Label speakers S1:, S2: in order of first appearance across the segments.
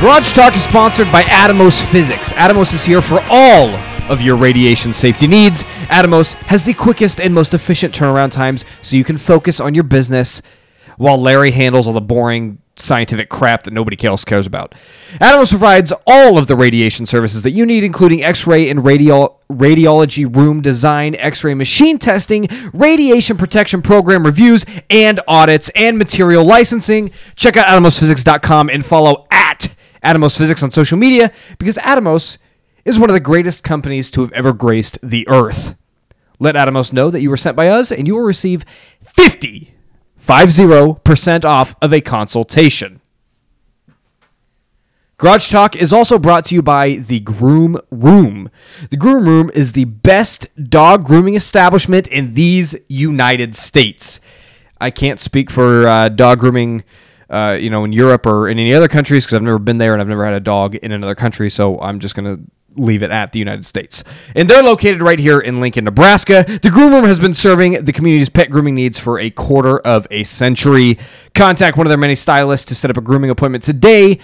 S1: Garage Talk is sponsored by Atomos Physics. Atomos is here for all of your radiation safety needs. Atomos has the quickest and most efficient turnaround times so you can focus on your business while Larry handles all the boring scientific crap that nobody else cares about. Atomos provides all of the radiation services that you need, including x ray and radio- radiology room design, x ray machine testing, radiation protection program reviews, and audits and material licensing. Check out atomosphysics.com and follow at Atomos Physics on social media because Atomos is one of the greatest companies to have ever graced the earth. Let Atomos know that you were sent by us and you will receive 50 50% off of a consultation. Garage Talk is also brought to you by The Groom Room. The Groom Room is the best dog grooming establishment in these United States. I can't speak for uh, dog grooming, uh, you know, in Europe or in any other countries because I've never been there and I've never had a dog in another country. So I'm just gonna leave it at the United States. And they're located right here in Lincoln, Nebraska. The Groom Room has been serving the community's pet grooming needs for a quarter of a century. Contact one of their many stylists to set up a grooming appointment today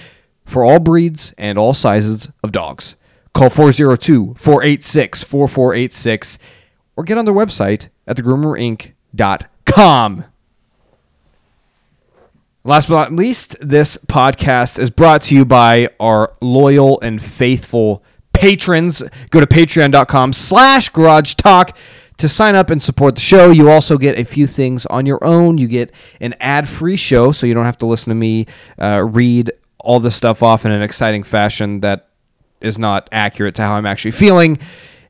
S1: for all breeds and all sizes of dogs. Call 402 486 4486 or get on their website at thegroomerinc.com. Last but not least, this podcast is brought to you by our loyal and faithful patrons. Go to patreon.com slash garage talk to sign up and support the show. You also get a few things on your own. You get an ad-free show, so you don't have to listen to me uh, read all this stuff off in an exciting fashion that is not accurate to how I'm actually feeling.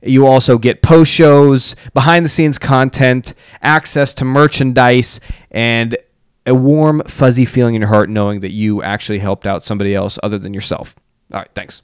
S1: You also get post shows, behind the scenes content, access to merchandise, and a warm, fuzzy feeling in your heart knowing that you actually helped out somebody else other than yourself. All right, thanks.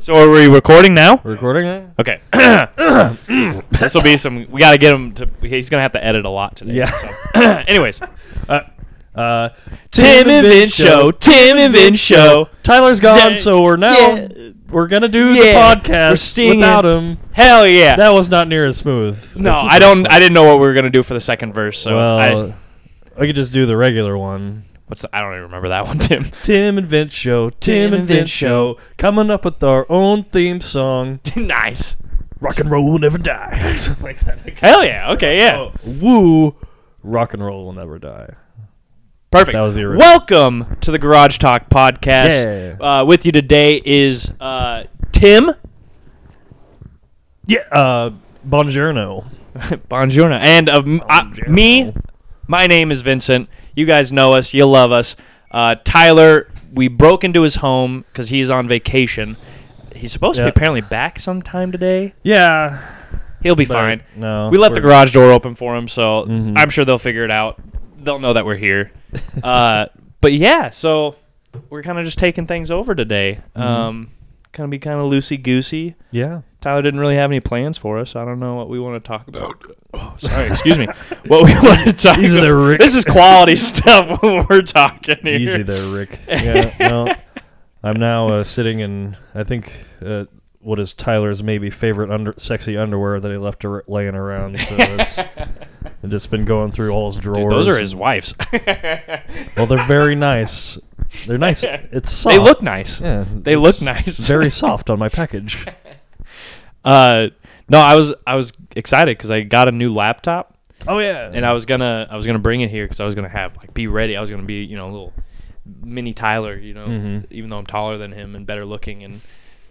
S2: So are we recording now?
S3: Recording it?
S2: Okay. this will be some. We gotta get him to. He's gonna have to edit a lot today.
S3: Yeah.
S2: So. Anyways,
S3: Uh,
S2: Tim and Vin show. Tim and Vin show.
S3: Tyler's
S2: Yeah.
S3: gone, so we're now
S2: Yeah.
S3: we're gonna do
S2: Yeah.
S3: the
S2: We're
S3: podcast
S2: singing.
S3: without him.
S2: Hell yeah.
S3: That was not near as smooth.
S2: no,
S3: It's-
S2: I don't. I didn't know what we were gonna do for the second verse. So
S3: well,
S2: I.
S3: I, could just do the regular one.
S2: What's the, I don't even remember that one, Tim.
S3: Tim and Vince show. Tim, and Vince show. Coming up with our own theme song.
S2: nice.
S3: Rock and roll will never die. Something like that.
S2: Hell yeah. Okay. Yeah.
S3: Oh, woo. Rock and roll will never die.
S2: Perfect.
S3: That was the original.
S2: Welcome to the Garage Talk podcast.
S3: Yeah.
S2: Uh, with you today is uh, Tim
S3: Yeah. Uh, buongiorno.
S2: Bonjourno and uh, m- I-
S3: Buongiorno.
S2: me. My name is Vincent. You guys know us. You love us. Uh, Tyler, we broke into his home because he's on vacation. He's supposed
S3: Yeah.
S2: to be apparently back sometime today.
S3: Yeah.
S2: He'll be
S3: But
S2: fine.
S3: no,
S2: we left the
S3: we're-
S2: garage door open for him, so
S3: Mhm.
S2: I'm sure they'll figure it out. They'll know that we're here. uh, but yeah, so we're kind of just taking things over today. Um, kind of be kind of loosey goosey.
S3: Mm-hmm. Yeah.
S2: Tyler didn't really have any plans for us. I don't know what we want to talk about. Oh, sorry, excuse me. What we want to talk
S3: Easy
S2: about.
S3: there, Rick.
S2: This is quality stuff when we're talking here.
S3: Easy there, Rick. Yeah, no. I'm now uh, sitting in, I think, uh, what is Tyler's maybe favorite under- sexy underwear that he left ar- laying around. So it's, I've just been going through all his drawers.
S2: Dude, those are his wife's.
S3: Well, they're very nice. They're nice. It's soft.
S2: they look nice.
S3: Yeah,
S2: They look
S3: it's
S2: nice.
S3: very soft on my package.
S2: Uh, no, I was I was excited because I got a new laptop
S3: Oh yeah.
S2: and I was gonna I was gonna bring it here because I was gonna have like be ready. I was gonna be you know a little mini Tyler, you know,
S3: Mhm.
S2: even though I'm taller than him and better looking and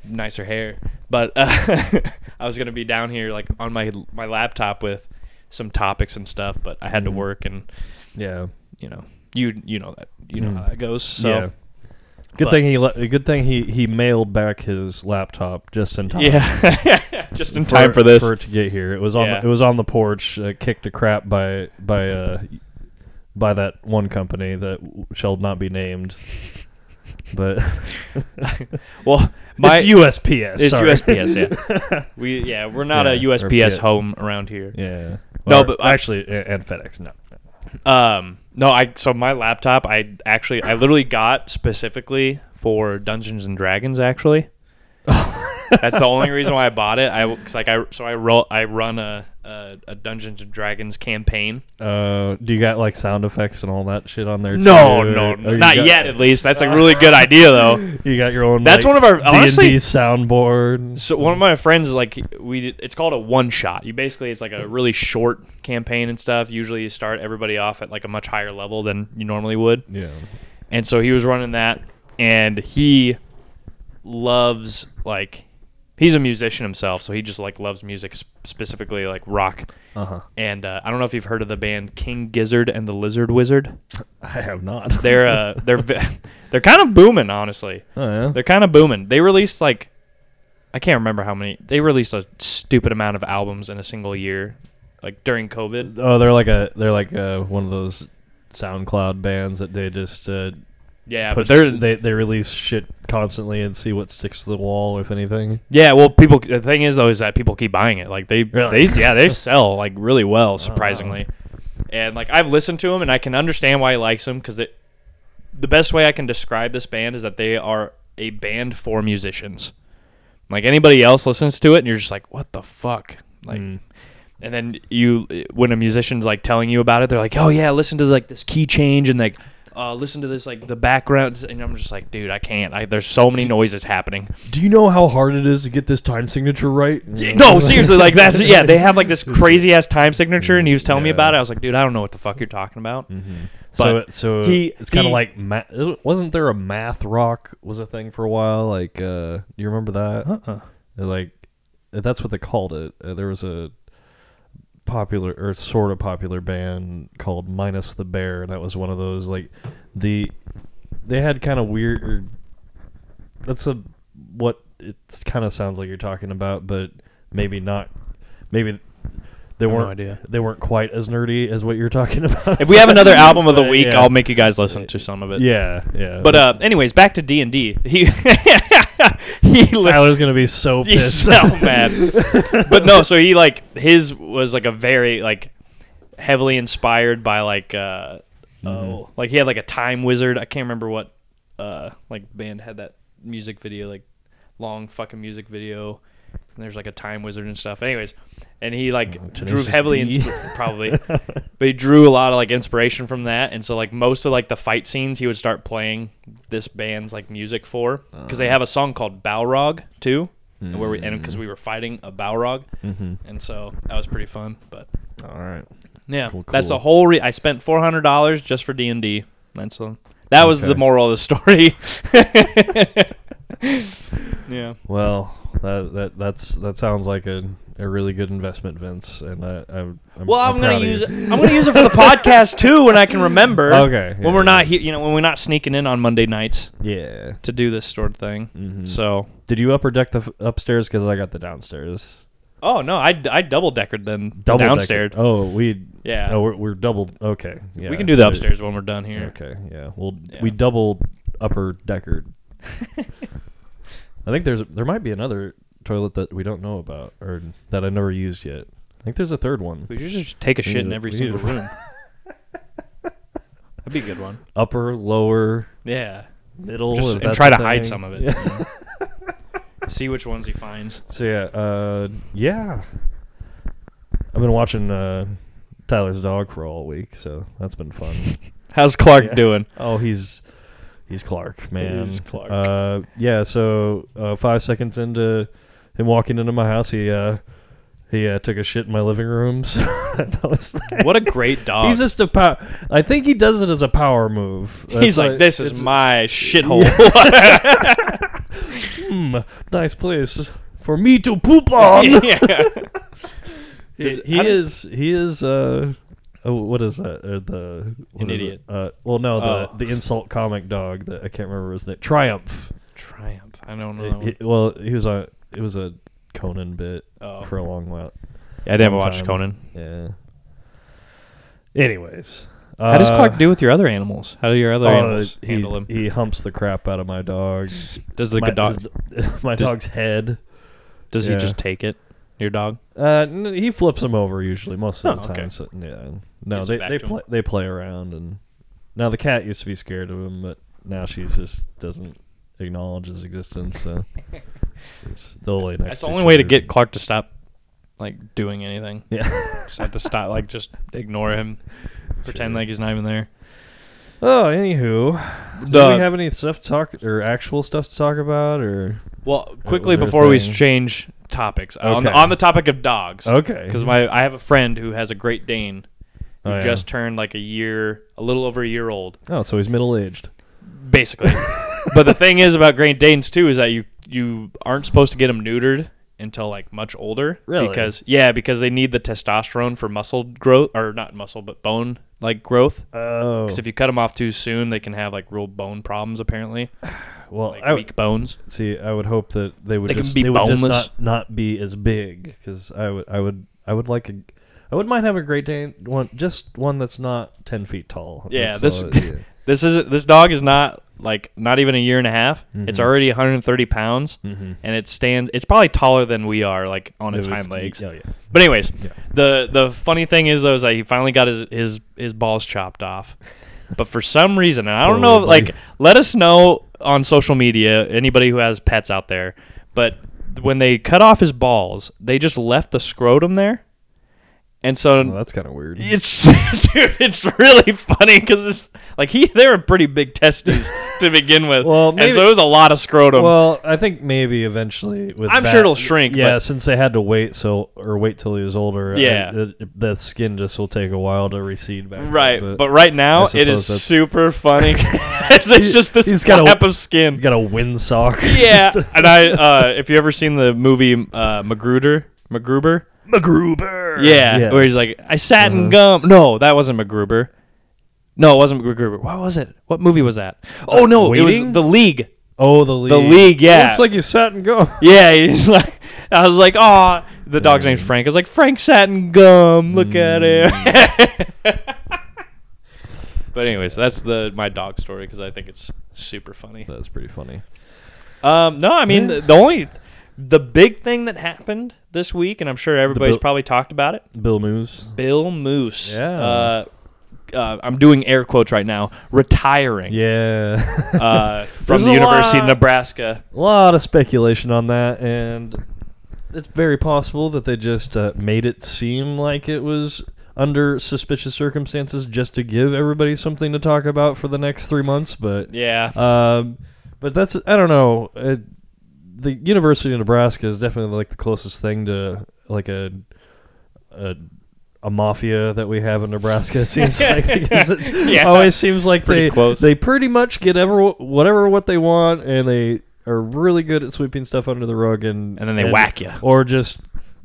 S2: nicer hair. But uh, I was gonna be down here like on my my laptop with some topics and stuff. But I had to
S3: Mhm.
S2: work and
S3: yeah.
S2: you know you you know that you know
S3: Mm.
S2: how that goes. So
S3: yeah. Good
S2: but-
S3: thing he le- good thing he, he mailed back his laptop just in time.
S2: Yeah. just in time for this.
S3: for it to get here. It was on
S2: Yeah.
S3: the, it was on the porch, uh, kicked to crap by by uh, by that one company that w- shall not be named. But
S2: well, my
S3: it's USPS.
S2: It's
S3: sorry.
S2: USPS, yeah. we yeah, we're not
S3: Yeah,
S2: a
S3: or
S2: USPS
S3: Fiat.
S2: home around here.
S3: yeah.
S2: No,
S3: Or
S2: but I-
S3: actually, a- and FedEx. No.
S2: Um, no, I so my laptop, I actually, I literally got specifically for Dungeons and Dragons. Actually, That's the only reason why I bought it. I cause like I so I roll I run a, a a Dungeons and Dragons campaign.
S3: Uh, do you got like sound effects and all that shit on there?
S2: No,
S3: too,
S2: no,
S3: or- or you
S2: not
S3: got-
S2: yet. At least that's a really good idea though.
S3: You got your own.
S2: That's
S3: like,
S2: one of our-
S3: D&D
S2: honestly-
S3: soundboard.
S2: So one of my friends is like we did, it's called a one shot. You basically it's like a really short campaign and stuff. Usually you start everybody off at like a much higher level than you normally would.
S3: Yeah,
S2: And so he was running that and he loves like he's a musician himself, so he just like loves music sp- specifically like rock.
S3: uh-huh.
S2: And uh, I don't know if you've heard of the band King Gizzard and the Lizard Wizard.
S3: I have not.
S2: They're uh, they're v- they're kind of booming, honestly.
S3: oh, yeah?
S2: They're kind of booming. They released like I can't remember how many. They released a stupid amount of albums in a single year, like during COVID.
S3: oh, they're like a they're like uh one of those SoundCloud bands that they just uh,
S2: Yeah, but
S3: push,
S2: they're
S3: they they release shit constantly and see what sticks to the wall, if anything.
S2: yeah. Well, people. The thing is though is that people keep buying it. Like they
S3: Really? Oh,
S2: they yeah they sell like really well surprisingly, and like I've listened to him and I can understand why he likes him because the best way I can describe this band is that they are a band for musicians. Like anybody else listens to it and you're just like, what the fuck? Like.
S3: Mm.
S2: and then you when a musician's like telling you about it they're like oh yeah listen to like this key change and like uh, listen to this like the backgrounds and i'm just like dude i can't I, there's so many noises happening
S3: Do you know how hard it is to get this time signature right?
S2: no seriously like that's yeah they have like this crazy ass time signature and he was telling me
S3: Yeah. Mm-hmm.
S2: about it i was like dude i don't know what the fuck you're talking about
S3: So,
S2: Mm-hmm. But
S3: so
S2: he-
S3: it's kind of
S2: he-
S3: like ma- wasn't there a math rock was a thing for a while? Like, uh, do you remember that?
S2: uh-uh.
S3: They're Like, that's what they called it. Uh, there was a popular or sort of popular band called Minus the Bear, and that was one of those like the they had kind of weird. That's a what it kind of sounds like you're talking about, but maybe not. Maybe they
S2: have no
S3: weren't.
S2: idea.
S3: They weren't quite as nerdy as what you're talking about.
S2: if we have another album of the
S3: But,
S2: week
S3: yeah.
S2: i'll make you guys listen to some of it
S3: Yeah, yeah.
S2: but uh anyways back to d&d he he li-
S3: Tyler's gonna be so
S2: He's
S3: pissed.
S2: so mad. but no, so he like his was like a very like heavily inspired by like uh
S3: Mm-hmm.
S2: oh like he had like a time wizard. I can't remember what uh like band had that music video like long fucking music video. And there's like a time wizard and stuff. Anyways, and he like drew
S3: Oh, Tenacious
S2: heavily
S3: D.
S2: insp- probably, but he drew a lot of like inspiration from that. And so like most of like the fight scenes, he would start playing this band's like music for because
S3: Uh-huh.
S2: they have a song called Balrog too, where we
S3: Mm.
S2: and because we were fighting a Balrog,
S3: Mm-hmm.
S2: and so that was pretty fun. But
S3: All right.
S2: yeah,
S3: Cool,
S2: that's the
S3: cool.
S2: whole. Re- I spent four hundred dollars just for D and D. That's the that was the
S3: Okay.
S2: moral of the story. yeah.
S3: Well, that that that's that sounds like a, a really good investment, Vince. And I, I I'm,
S2: Well, I'm,
S3: proud
S2: gonna
S3: of you.
S2: use it. I'm gonna use it for the podcast too when I can remember.
S3: Okay,
S2: When
S3: yeah.
S2: we're not here, you know, when we're not sneaking in on Monday nights
S3: Yeah.
S2: to do this sort of thing.
S3: Mhm.
S2: So.
S3: Did you upper deck the f- upstairs? Because I got the downstairs.
S2: Oh no, I, I double deckered then
S3: Double
S2: downstairs.
S3: decker. Oh, we.
S2: Yeah.
S3: Oh, we're, we're double. Okay. Yeah.
S2: we can do the upstairs when we're done here.
S3: Okay. Yeah. Well,
S2: Yeah.
S3: we double upper deckered. I think there's there might be another toilet that we don't know about or that I never used yet. I think there's a third one.
S2: We should just take a
S3: We
S2: shit
S3: need
S2: in
S3: a-
S2: every
S3: we
S2: single
S3: need a-
S2: room. That'd be a good one.
S3: upper, lower,
S2: Yeah.
S3: middle,
S2: Just,
S3: if
S2: and
S3: that's
S2: try
S3: a
S2: to hide
S3: thing.
S2: some of it.
S3: Yeah.
S2: you know? See which ones he finds.
S3: So yeah, uh, yeah. I've been watching uh, Tyler's dog for all week, so that's been fun.
S2: How's Clark
S3: Yeah.
S2: doing?
S3: Oh, he's he's Clark, man.
S2: He's Clark.
S3: Uh, yeah. So uh, five seconds into him walking into my house, he uh, he uh, took a shit in my living room. So that was
S2: What a great dog.
S3: he's just a power. I think he does it as a power move.
S2: He's
S3: That's
S2: like,
S3: why
S2: this is
S3: it's-
S2: my shithole.
S3: hmm, nice place for me to poop on.
S2: yeah.
S3: He,
S2: Does-
S3: he
S2: I don't-
S3: is. He is. Uh, oh, what is that? Uh, the what is it?
S2: idiot.
S3: Uh, well, no, the
S2: Oh.
S3: the insult comic dog. That I can't remember his name. Triumph.
S2: Triumph. I don't
S3: It-
S2: know.
S3: it- well, he was a. It was a Conan bit
S2: Oh.
S3: for a long while.
S2: I never
S3: one
S2: watched
S3: time.
S2: Conan.
S3: Yeah. Anyways,
S2: How does Clark do with your other animals? How do your other animals
S3: he,
S2: handle him?
S3: Uh, He humps the crap out of my dog.
S2: does the
S3: my
S2: dog?
S3: his- my
S2: does-
S3: dog's head.
S2: Does
S3: yeah.
S2: he just take it? Your dog?
S3: Uh, n- he flips them over usually most of
S2: Oh,
S3: the
S2: okay.
S3: time. So, yeah, no,
S2: Gives
S3: they
S2: it back
S3: they
S2: to him.
S3: play they play around and now the cat used to be scared of him, but now she's just doesn't acknowledge his existence. So They'll lay next.
S2: That's
S3: to
S2: the
S3: each
S2: only way to
S3: other.
S2: get Clark to stop like doing anything.
S3: Yeah.
S2: Just have to stop, like just ignore him, pretend like he's not even there.
S3: oh, anywho, do
S2: The-
S3: we have any stuff to talk or actual stuff to talk about or?
S2: Well, quickly
S3: was our
S2: before we
S3: thing.
S2: change topics on, the,
S3: Okay.
S2: on the topic of dogs,
S3: Okay.
S2: because my I have a friend who has a Great Dane who
S3: Oh, yeah.
S2: just turned like a year, a little over a year old,
S3: Oh, so he's middle aged.
S2: basically. but the thing is about Great Danes too is that you you aren't supposed to get them neutered until like much older.
S3: Really?
S2: Because yeah, because they need the testosterone for muscle growth or not muscle but bone like growth.
S3: Oh.
S2: Because if you cut them off too soon, they can have like real bone problems apparently,
S3: Well,
S2: like
S3: Oh, I,
S2: weak bones.
S3: See, I would hope that they would
S2: They can
S3: just,
S2: be
S3: they would just
S2: boneless.
S3: not, not be as big because I would I would I would like a I would mind have a Great Dane one just one that's not ten feet tall. uh,
S2: Yeah,
S3: That's
S2: this
S3: all it-
S2: this is this dog is not like not even a year and a half. It's
S3: Mhm.
S2: already 130 pounds,
S3: Mhm.
S2: and it stands. It's probably taller than we are, like on
S3: It
S2: its
S3: was-
S2: hind legs.
S3: Oh yeah.
S2: But anyways,
S3: Yeah.
S2: the the funny thing is though is that he finally got his his his balls chopped off. But for some reason, and I don't
S3: Poor
S2: know,
S3: little
S2: like
S3: buddy.
S2: let us know on social media, anybody who has pets out there. But when they cut off his balls, they just left the scrotum there, and so
S3: Well, that's kind of weird.
S2: it's dude, it's really funny because it's like he they were pretty big testes to begin with.
S3: Well,
S2: and
S3: maybe-
S2: so it was a lot of scrotum.
S3: Well, I think maybe eventually with
S2: Um, I'm
S3: that-
S2: sure it'll shrink,
S3: Yeah,
S2: but-
S3: since they had to wait so or wait till he was older. I-
S2: Yeah.
S3: it- the skin just will take a while to recede back.
S2: right, but,
S3: but,
S2: right now
S3: I
S2: it is
S3: suppose that's-
S2: super funny. 'cause it's just this
S3: he's got a-
S2: flap of
S3: you
S2: skin.
S3: got a windsock.
S2: Yeah, and I uh, if you ever seen the movie uh, Magruder, MacGruber,
S3: MacGruber.
S2: yeah,
S3: Yes. Uh-huh.
S2: where he's like, I sat in gum. No, that wasn't MacGruber. No, it wasn't MacGruber. What was it? What movie was that? Oh no, it was
S3: Waiting?
S2: The League.
S3: Oh, the league.
S2: The League, yeah.
S3: Looks like you sat and go.
S2: Yeah, he's like, I was like, oh, the dog's name's Frank. I was like, Frank Satin Gum. Look at him. Hmm. but anyways, that's the my dog story because I think it's super funny.
S3: That's pretty funny.
S2: Um, no, I mean the, the only the big thing that happened this week, and I'm sure everybody's
S3: Bill-
S2: probably talked about it.
S3: Bill Moose.
S2: Bill Moose.
S3: Yeah.
S2: Uh, uh, I'm doing air quotes right now. Retiring.
S3: Yeah.
S2: Uh, from
S3: There's
S2: the
S3: a
S2: University of
S3: lot-
S2: Nebraska.
S3: A lot of speculation on that, and it's very possible that they just uh, made it seem like it was under suspicious circumstances just to give everybody something to talk about for the next three months. But
S2: Yeah.
S3: um, but that's I don't know. It, the University of Nebraska is definitely like the closest thing to like a a, a mafia that we have in Nebraska. It seems like because it
S2: Yeah.
S3: always seems like
S2: Pretty
S3: they
S2: close.
S3: they pretty much get ever whatever what they want, and they are really good at sweeping stuff under the rug, and
S2: And then they whack ya.
S3: or just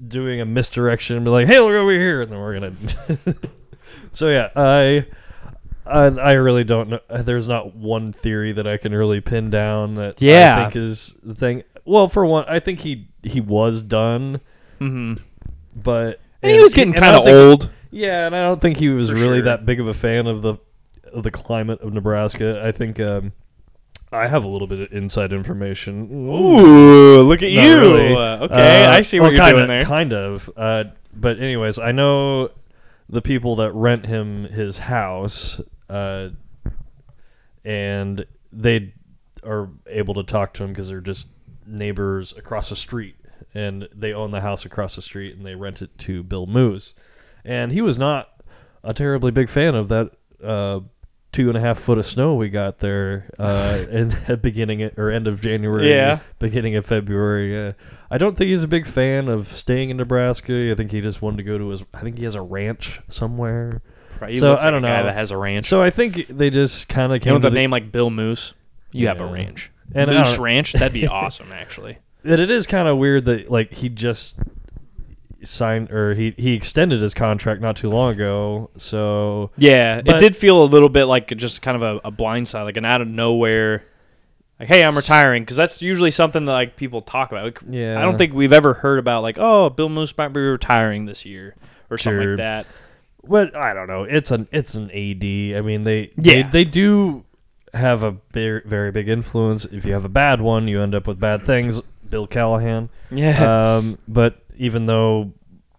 S3: doing a misdirection and be like, "Hey, look over here," and then we're gonna. so yeah, I. I, I really don't know. There's not one theory that I can really pin down that I
S2: Yeah.
S3: think is the thing. Well, for one, I think he he was done,
S2: hmm
S3: but
S2: And he was getting
S3: and I
S2: kind
S3: don't
S2: of
S3: think-
S2: old.
S3: Yeah, and I don't think he was
S2: For
S3: really
S2: sure.
S3: that big of a fan of the of the climate of Nebraska. I think um, I have a little bit of inside information.
S2: Ooh, look at
S3: Not
S2: you.
S3: really.
S2: Uh, okay,
S3: Uh,
S2: I see what
S3: well,
S2: you're
S3: kinda,
S2: doing there.
S3: Kind of. Uh, but anyways, I know the people that rent him his house, uh, and they are able to talk to him because they're just neighbors across the street, and they own the house across the street, and they rent it to Bill Moose, and he was not a terribly big fan of that. Uh, Two and a half foot of snow we got there uh, in the beginning or end of January,
S2: Yeah.
S3: beginning of February. Uh, I don't think he's a big fan of staying in Nebraska. I think he just wanted to go to his. I think he has a ranch somewhere.
S2: Right, he
S3: So,
S2: looks
S3: I
S2: like
S3: don't
S2: a guy
S3: know.
S2: that has a ranch.
S3: So I think they just kind of
S2: you
S3: came
S2: know, with
S3: to
S2: a name like Bill Moose, you have a
S3: Yeah.
S2: ranch.
S3: And I
S2: Moose
S3: don't-
S2: Ranch, that'd be awesome, actually.
S3: that it is kind of weird that like he just signed or he he extended his contract not too long ago. So
S2: Yeah, it
S3: But-
S2: did feel a little bit like just kind of a, a blind side, like an out of nowhere, like, hey, I'm retiring, because that's usually something that like people talk about. Like,
S3: Yeah.
S2: I don't think we've ever heard about like, oh, Bill Moose might be retiring this year or something
S3: Sure.
S2: like that.
S3: But I don't know. It's an it's an AD. I mean, they
S2: Yeah.
S3: they, they do have a very, very big influence. If you have a bad one, you end up with bad things. Bill Callahan.
S2: Yeah.
S3: Um, but even though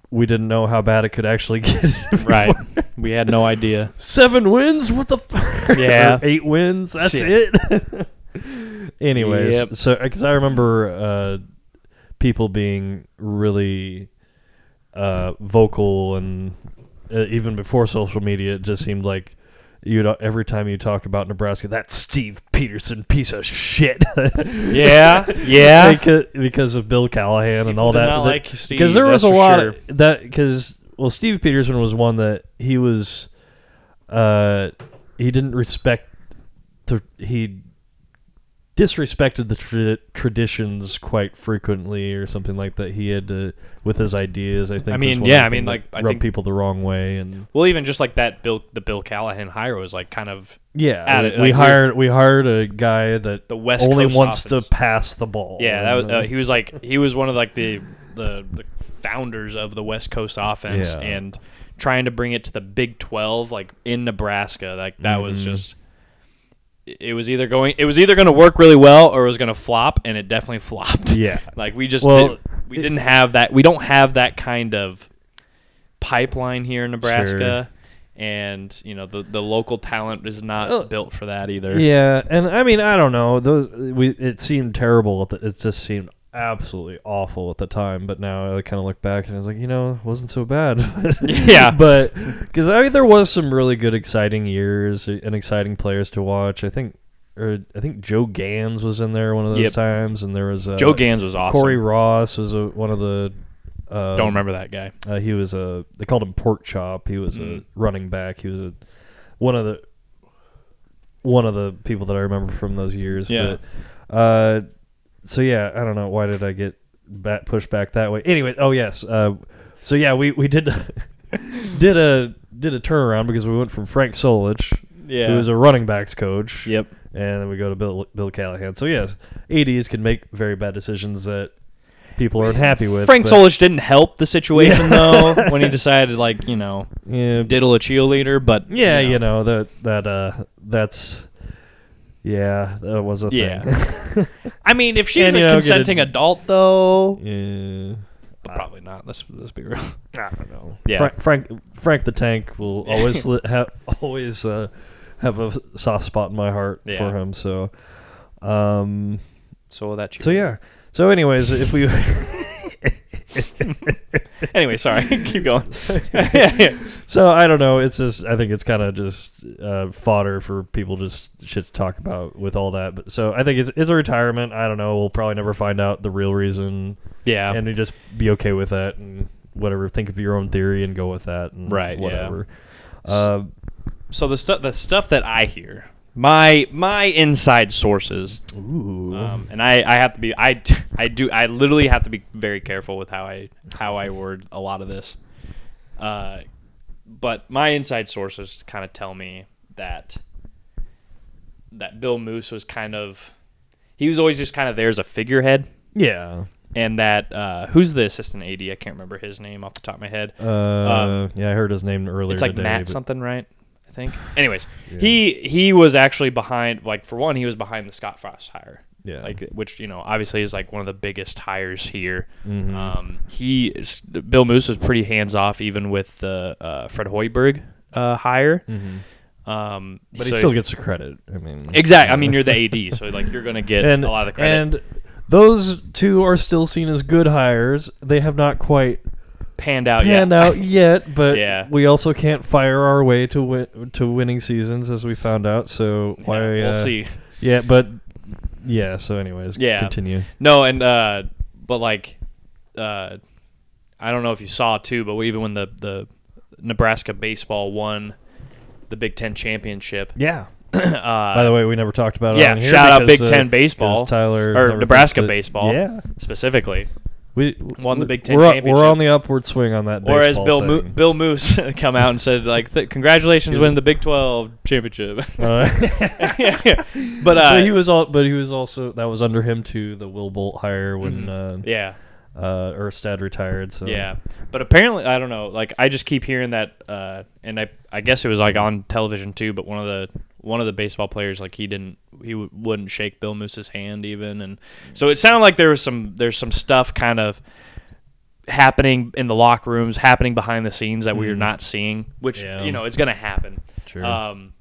S3: we didn't know how bad it could actually get,
S2: Right, we had no idea.
S3: seven wins. What the? F-
S2: Yeah.
S3: Or eight wins. That's
S2: Shit.
S3: it. Anyways,
S2: Yep.
S3: so because I remember uh, people being really uh, vocal and uh, even before social media, it just seemed like you every time you talked about Nebraska, that Steve Peterson piece of shit.
S2: Yeah, yeah.
S3: because, because of Bill Callahan and
S2: People
S3: all
S2: did
S3: that.
S2: not
S3: that-
S2: like Steve,
S3: because there was
S2: that's
S3: a
S2: for
S3: lot
S2: sure.
S3: of that because well Steve Peterson was one that he was uh he didn't respect the he disrespected the tra- traditions quite frequently or something like that he had to with his ideas I think was
S2: mean,
S3: one
S2: yeah,
S3: of the
S2: I mean,
S3: thing that
S2: like, I
S3: rubbed
S2: think-
S3: people the wrong way and
S2: well, even just like that Bill, the Bill Callahan hire was like kind of
S3: yeah
S2: At it,
S3: we
S2: like,
S3: hired we hired a guy that
S2: The West
S3: only
S2: Coast
S3: wants
S2: offense.
S3: to pass the ball
S2: yeah. That was,
S3: and,
S2: uh, he was like he was one of like the the, the founders of the West Coast offense
S3: Yeah.
S2: and trying to bring it to the Big Twelve, like in Nebraska. Like that was
S3: Mm-hmm.
S2: just it was either going it was either going to work really well or it was going to flop, and it definitely flopped.
S3: yeah
S2: Like we just
S3: Well,
S2: didn't, we didn't have that. We don't have that kind of pipeline here in Nebraska, and you know the the local talent is not
S3: Oh.
S2: built for that either.
S3: Yeah, and I mean, I don't know. Those we it seemed terrible. At the, it just seemed absolutely awful at the time. But now I kind of look back and I was like, you know, it wasn't so bad.
S2: Yeah.
S3: but because I mean, there was some really good, exciting years and exciting players to watch. I think, or I think Joe Gans was in there one of those
S2: Yep.
S3: times, and there was uh,
S2: Joe Gans was awesome.
S3: Corey Ross was a, one of the. Uh,
S2: don't remember that guy.
S3: uh, he was a they called him Pork Chop. He was
S2: Mm.
S3: a running back. He was a one of the one of the people that I remember from those years.
S2: Yeah.
S3: But, uh, so yeah, I don't know why did I get back, pushed back that way. Anyway, oh yes. Uh, so yeah, we we did did a did a turnaround because we went from Frank Solich,
S2: Yeah.
S3: who was a running backs coach.
S2: Yep.
S3: And then we go to Bill Bill Callahan. So yes, ADs can make very bad decisions that people aren't happy with.
S2: Frank
S3: but-
S2: Solich didn't help the situation though when he decided like you know
S3: yeah,
S2: diddle a cheerleader, but
S3: Yeah, you know, that that uh that's yeah, that was a
S2: Yeah.
S3: thing.
S2: I mean, if she's
S3: And, you
S2: a
S3: know, get a-
S2: consenting adult though,
S3: yeah.
S2: but probably not. Let's let's be real.
S3: I don't know.
S2: Yeah.
S3: Frank Frank, Frank the Tank will always li- ha- always uh, have a soft spot in my heart
S2: Yeah.
S3: for him, so um
S2: So that cheerleader.
S3: so yeah. So anyways, if we
S2: Anyway, sorry. Keep going.
S3: so I don't know, it's just I think it's kind of just uh, fodder for people just shit to talk about with all that. But so I think it's it's a retirement. I don't know. We'll probably never find out the real reason.
S2: Yeah.
S3: and you just be okay with that and whatever. Think of your own theory and go with that. And
S2: Right, yeah.
S3: Whatever. Uh,
S2: so the stuff the stuff that I hear, my my inside sources,
S3: ooh.
S2: um, and I, I have to be I, I do I literally have to be very careful with how I how I word a lot of this, uh, but my inside sources kind of tell me that that Bill Moose was kind of he was always just kind of there as a figurehead,
S3: yeah.
S2: and that uh, who's the assistant AD I can't remember his name off the top of my head,
S3: Uh, yeah, I heard his name earlier.
S2: um, It's like
S3: today,
S2: Matt
S3: but-
S2: something, right? I think. Anyways, he he was actually behind. Like for one, he was behind the Scott Frost hire.
S3: Yeah.
S2: Like which you know obviously is like one of the biggest hires here.
S3: Mm-hmm.
S2: Um, he is, Bill Moose was pretty hands off even with the uh, Fred Hoiberg uh, hire. Um,
S3: Mm-hmm. But he
S2: so-
S3: still gets the credit. I mean,
S2: exactly. I mean, you're the AD, so like you're gonna get
S3: and
S2: a lot of the credit.
S3: And those two are still seen as good hires. They have not quite
S2: panned out.
S3: panned
S2: yeah.
S3: out yet, but
S2: Yeah.
S3: we also can't fire our way to win- to winning seasons as we found out. So why?
S2: Yeah, we'll
S3: uh,
S2: see.
S3: Yeah, but yeah. So, anyways,
S2: Yeah.
S3: continue.
S2: No, and uh, but like, uh, I don't know if you saw it too, but even when the the Nebraska baseball won the Big Ten championship, uh,
S3: Yeah. By the way, we never talked about it.
S2: yeah,
S3: on here
S2: shout out
S3: because,
S2: Big Ten
S3: uh,
S2: baseball,
S3: because Tyler
S2: or
S3: never
S2: Nebraska
S3: posted-
S2: baseball,
S3: Yeah,
S2: specifically,
S3: we
S2: Won the Big Ten
S3: we're, on-
S2: championship.
S3: We're on the upward swing on that.
S2: or as
S3: baseball
S2: Bill Mo-
S3: thing.
S2: Bill Moose come out and said like, th- congratulations, winning the Big Twelve championship.
S3: Uh,
S2: but uh,
S3: so he was all, but he was also that was under him too. The Will Bolt hire when uh,
S2: Mm-hmm. yeah.
S3: uh, Erstad retired. So
S2: Yeah, but apparently I don't know. Like I just keep hearing that, uh, and I I guess it was like on television too. But one of the one of the baseball players like he didn't he w- wouldn't shake Bill Moose's hand even, and so it sounded like there was some there's some stuff kind of happening in the locker rooms, happening behind the scenes that we are not seeing, which
S3: Mm. Yeah.
S2: you know it's gonna happen.
S3: Sure.
S2: Um,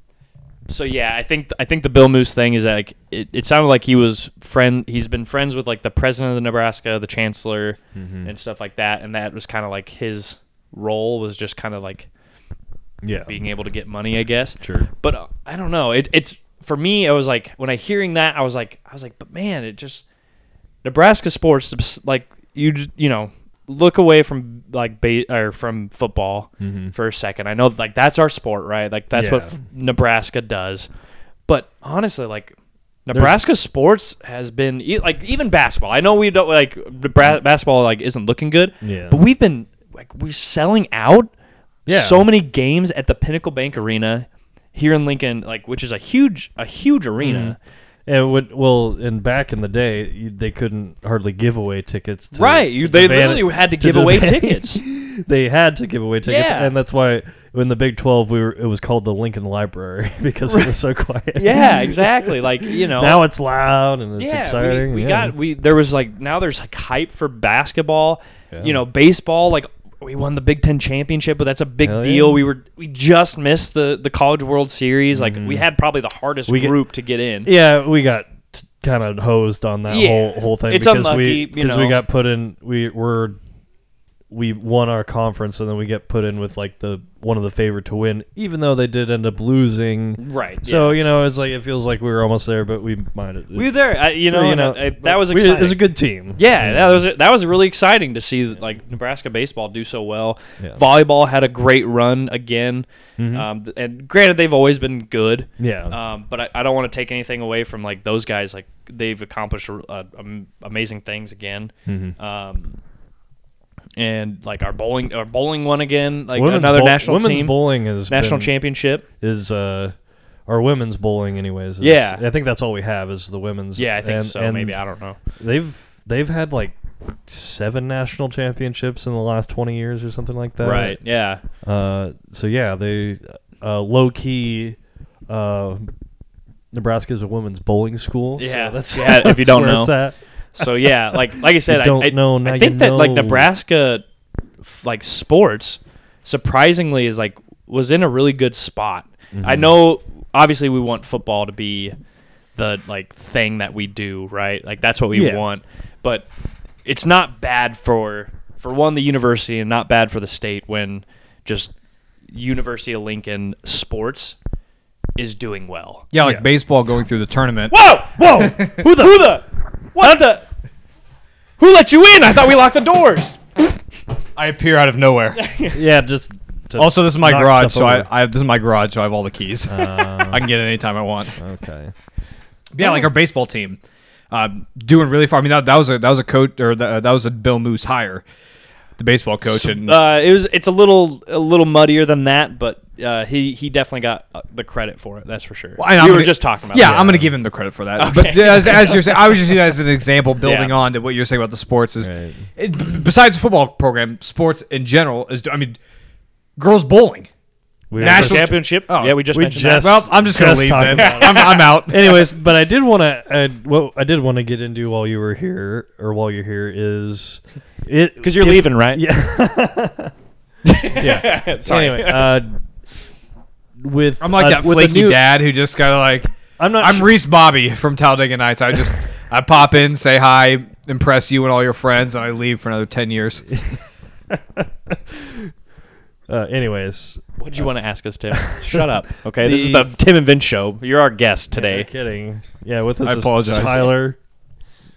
S2: so yeah, I think I think the Bill Moose thing is like it, it sounded like he was friend. He's been friends with like the president of the Nebraska, the chancellor, and stuff like that. And that was kind of like his role was just kind of like
S3: Yeah.
S2: being able to get money, I guess.
S3: Sure.
S2: But uh, I don't know. It, it's for me. I was like when I hearing that, I was like, I was like, but man, it just Nebraska sports it's like you j- you know look away from like ba- or from football for a second. I know like that's our sport, right? Like that's what
S3: Mm-hmm. Yeah.
S2: f- Nebraska does. But honestly, like. Nebraska sports has been e- like even basketball. I know we don't like Nebra- basketball like isn't looking good,
S3: Yeah.
S2: but we've been like we're selling out
S3: Yeah.
S2: so many games at the Pinnacle Bank Arena here in Lincoln, like which is a huge a huge arena.
S3: Mm-hmm. And would, well, and back in the day, you, they couldn't hardly give away tickets. To,
S2: Right, you-
S3: to
S2: they
S3: Devan-
S2: literally had to give away tickets.
S3: they had to give away tickets,
S2: Yeah.
S3: and that's why in the Big Twelve, we were it was called the Lincoln Library because it was so quiet.
S2: Yeah, exactly. Like you know,
S3: Now it's loud and it's
S2: yeah,
S3: exciting.
S2: we, we
S3: yeah.
S2: got we there was like now there's like hype for basketball.
S3: Yeah.
S2: You know, baseball like. We won the Big Ten championship, but that's a big
S3: Hell
S2: deal.
S3: yeah.
S2: We were we just missed the, the College World Series. Like we had probably the hardest
S3: Mm-hmm. We get-
S2: group to get in.
S3: Yeah, we got kind of hosed on that
S2: Yeah.
S3: whole whole thing
S2: It's
S3: because
S2: unlucky,
S3: we
S2: you
S3: because we
S2: know.
S3: got put in we were we won our conference and then we get put in with like the one of the favorite to win even though they did end up losing.
S2: Right.
S3: So, you know, it's like it feels like we were almost there but we might have
S2: We were there. I, you know,
S3: you
S2: and
S3: know,
S2: I- I- that was
S3: we-
S2: exciting.
S3: It was a good team.
S2: Yeah, that was that was really exciting to see like Nebraska baseball do so well.
S3: Yeah. Mm-hmm.
S2: Volleyball had a great run again, um, th- and granted they've always been good.
S3: Yeah.
S2: um, but I, I don't want to take anything away from like those guys. Like they've accomplished uh, um, amazing things again.
S3: Mm-hmm.
S2: Um, and like our bowling, our bowling won again. Like
S3: women's
S2: another
S3: bowl-
S2: national
S3: women's
S2: team,
S3: bowling is
S2: national
S3: been,
S2: championship.
S3: is uh or women's bowling anyways. is-
S2: Yeah.
S3: I think that's all we have is the women's.
S2: Yeah, I think
S3: and-
S2: so.
S3: and
S2: maybe I don't know.
S3: They've they've had like seven national championships in the last twenty years or something like that.
S2: right? Yeah.
S3: Uh, so yeah, they uh, low key. Uh, Nebraska is a women's bowling school. so
S2: Yeah,
S3: that's
S2: yeah, if you
S3: that's
S2: don't
S3: where
S2: know.
S3: it's at.
S2: So yeah, like like I said, I
S3: don't
S2: I,
S3: know, now
S2: I
S3: you
S2: think that like
S3: know.
S2: Nebraska, f- like sports, surprisingly is like was in a really good spot. I
S3: Mm-hmm.
S2: know, obviously, we want football to be the like thing that we do, right? Like that's what we
S3: Yeah.
S2: want, but it's not bad for for one the university and not bad for the state when just University of Lincoln sports is doing well.
S1: Yeah, like
S3: Yeah.
S1: baseball going through the tournament.
S2: Whoa! Whoa! Who the? Who the? What the? Who let you in? I thought we locked the doors.
S1: I appear out of nowhere.
S3: Yeah, just to
S1: also, this is my
S3: knock
S1: garage,
S3: stuff
S1: so
S3: over.
S1: I, I have, this is my garage, so I have all the keys. I
S3: Uh,
S1: can get it anytime I want.
S3: okay.
S1: But yeah, like our baseball team, um, doing really far. I mean, that, that was a that was a coach or the, that was a Bill Moose hire, the baseball
S4: Oh,
S1: coach, and
S2: Uh, it was. It's a little, a little muddier than that, but uh, he he definitely got uh, the credit for it. That's for sure.
S1: And
S2: we
S1: I'm
S2: were
S1: gonna-
S2: just talking about.
S1: Yeah,
S2: that.
S1: I'm going to give him the credit for that. But as, as you're saying, I was just using that as an example, building
S2: Yeah.
S1: on to what you're saying about the sports. Is
S3: Right.
S1: it- b- besides the football program, sports in general is. I mean, girls bowling.
S3: We
S2: national
S1: National-
S2: championship.
S1: Oh,
S2: yeah, we just
S3: we
S2: mentioned
S3: just-
S2: that.
S1: Well, I'm just going
S3: Just
S1: to leave.
S3: talking
S1: Then. I'm, I'm out.
S3: Anyways, but I did want to. I, well, I did want to get into while you were here, or while you're here, is it
S2: because you're
S3: if-
S2: leaving, right?
S3: Yeah.
S2: yeah. Sorry.
S3: Anyway, uh, with
S1: I'm like
S3: uh,
S1: that
S3: with the
S1: flaky
S3: new-
S1: dad who just kind of like.
S3: I'm not.
S1: I'm
S3: su-
S1: Reese Bobby from Talladega Nights. I just I pop in, say hi, impress you and all your friends, and I leave for another ten years.
S3: uh, anyways,
S2: what did you want to ask us, Tim? Shut up. Okay, this is
S3: The-
S2: the Tim and Vince show. You're our guest today.
S3: No kidding. Yeah, with us
S1: I
S3: is
S1: apologize.
S3: Tyler.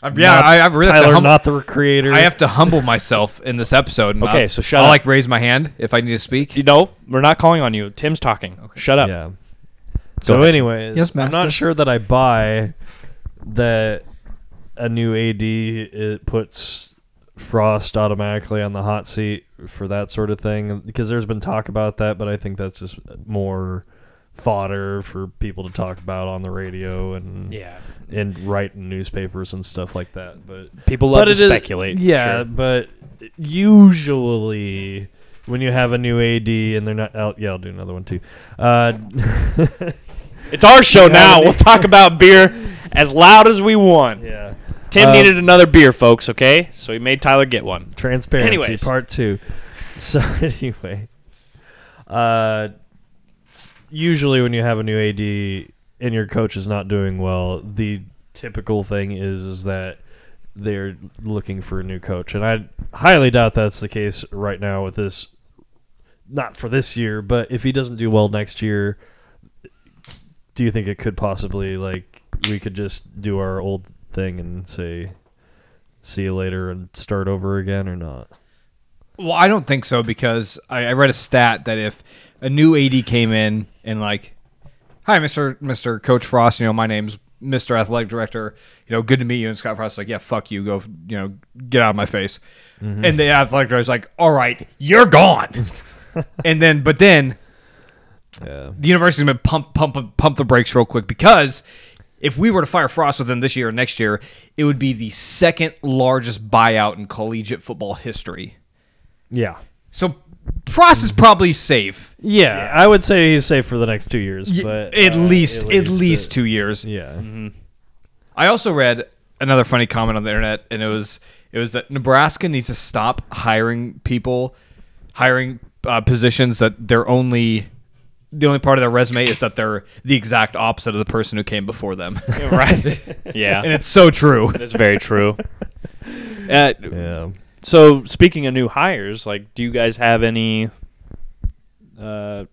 S1: I've, yeah,
S3: not-
S1: I, I've really have
S3: Tyler,
S1: to hum-
S3: not the creator.
S1: I have to humble myself in this episode. and
S2: Okay,
S1: I'll-
S2: so shut
S1: I'll
S2: up.
S1: like raise my hand if I need to speak.
S2: You know, we're not calling on you. Tim's talking. Shut up.
S3: Yeah. So,
S1: ahead.
S3: anyways,
S1: Yes,
S3: I'm
S1: master.
S3: not sure that I buy that a new AD it puts Frost automatically on the hot seat for that sort of thing because there's been talk about that, but I think that's just more fodder for people to talk about on the radio and
S2: Yeah.
S3: and write in newspapers and stuff like that. But
S2: People love
S3: but
S2: to
S3: it is-
S2: speculate.
S3: yeah,
S2: Sure.
S3: but usually when you have a new AD and they're not out, yeah, I'll do another one too. Uh,
S2: It's our show
S3: Yeah.
S2: now. We'll talk about beer as loud as we want.
S3: yeah,
S2: Tim
S3: Um,
S2: needed another beer, folks, okay? So he made Tyler get one.
S3: transparency
S2: Anyways.
S3: part two. So anyway, uh, s- usually when you have a new AD and your coach is not doing well, the typical thing is is that they're looking for a new coach, and I highly doubt that's the case right now with this. Not for this year, but if he doesn't do well next year, do you think it could possibly like we could just do our old thing and say see you later and start over again or not?
S4: Well, I don't think so because I, I read a stat that if a new AD came in and like, hi, Mister Mister Coach Frost, you know my name's Mister Athletic Director, you know, good to meet you. And Scott Frost's like, yeah, fuck you, go, you know, get out of my face. And the athletic director's like, all right, you're gone. and then, but then
S3: Yeah.
S4: the university's gonna pump pump pump the brakes real quick because if we were to fire Frost within this year or next year, it would be the second largest buyout in collegiate football history.
S3: Yeah.
S4: So Frost is probably safe.
S3: Yeah, I would say he's safe for the next two years, but
S4: at
S3: uh,
S4: least at least
S3: uh,
S4: two years.
S3: yeah,
S2: Mm-hmm.
S4: I also read another funny comment on the internet, and it was it was that Nebraska needs to stop hiring people, hiring uh, positions that they're only the only part of their resume is that they're the exact opposite of the person who came before them.
S2: right. yeah.
S4: and it's so true.
S2: That's very true. Uh,
S3: yeah.
S2: so speaking of new hires, like, do you guys have any? Uh,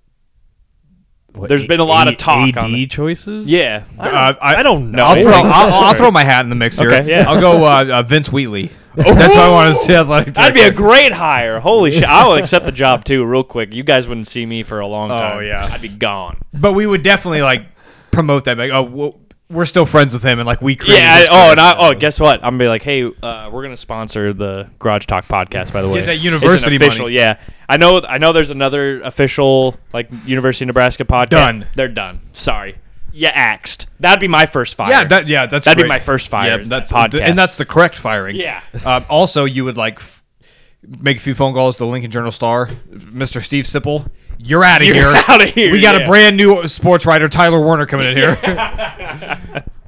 S3: What,
S2: There's been a lot of talk
S3: AD
S2: on it.
S3: choices.
S2: yeah.
S3: I don't,
S4: Uh, I-
S3: I don't know.
S4: I'll throw I'll, I'll throw my hat in the mix here.
S2: Okay, yeah.
S4: I'll go uh, uh, Vince Wheatley. That's what I want to say. Athletic
S2: That'd be a
S4: director.
S2: great hire. Holy shit! I will accept the job too, real quick. You guys wouldn't see me for a long time.
S4: yeah.
S2: I'd be gone.
S4: but we would definitely like promote that. Like, oh, well, we're still friends with him, and like we created
S2: yeah. I-
S4: this
S2: oh,
S4: career.
S2: and I, oh, guess what? I'm gonna be like, hey, uh, we're gonna sponsor the Garage Talk podcast. By the way,
S4: that
S2: It's an
S4: university
S2: official,
S4: money.
S2: Yeah, I know. I know. There's another official like University of Nebraska podcast.
S4: Done.
S2: They're done. Sorry. Yeah, axed. That'd be my first fire.
S4: Yeah, that, yeah, that's
S2: That'd be
S4: great.
S2: my first fire,
S4: Yeah,
S2: is
S4: that's
S2: that podcast.
S4: and that's the correct firing.
S2: Yeah.
S4: Um, also, you would like f- make a few phone calls to Lincoln Journal Star, Mr. Steve Sipple. You're out of
S2: You're
S4: here.
S2: outta here,
S4: We got a
S2: yeah.
S4: brand new sports writer, Tyler Warner, coming in here.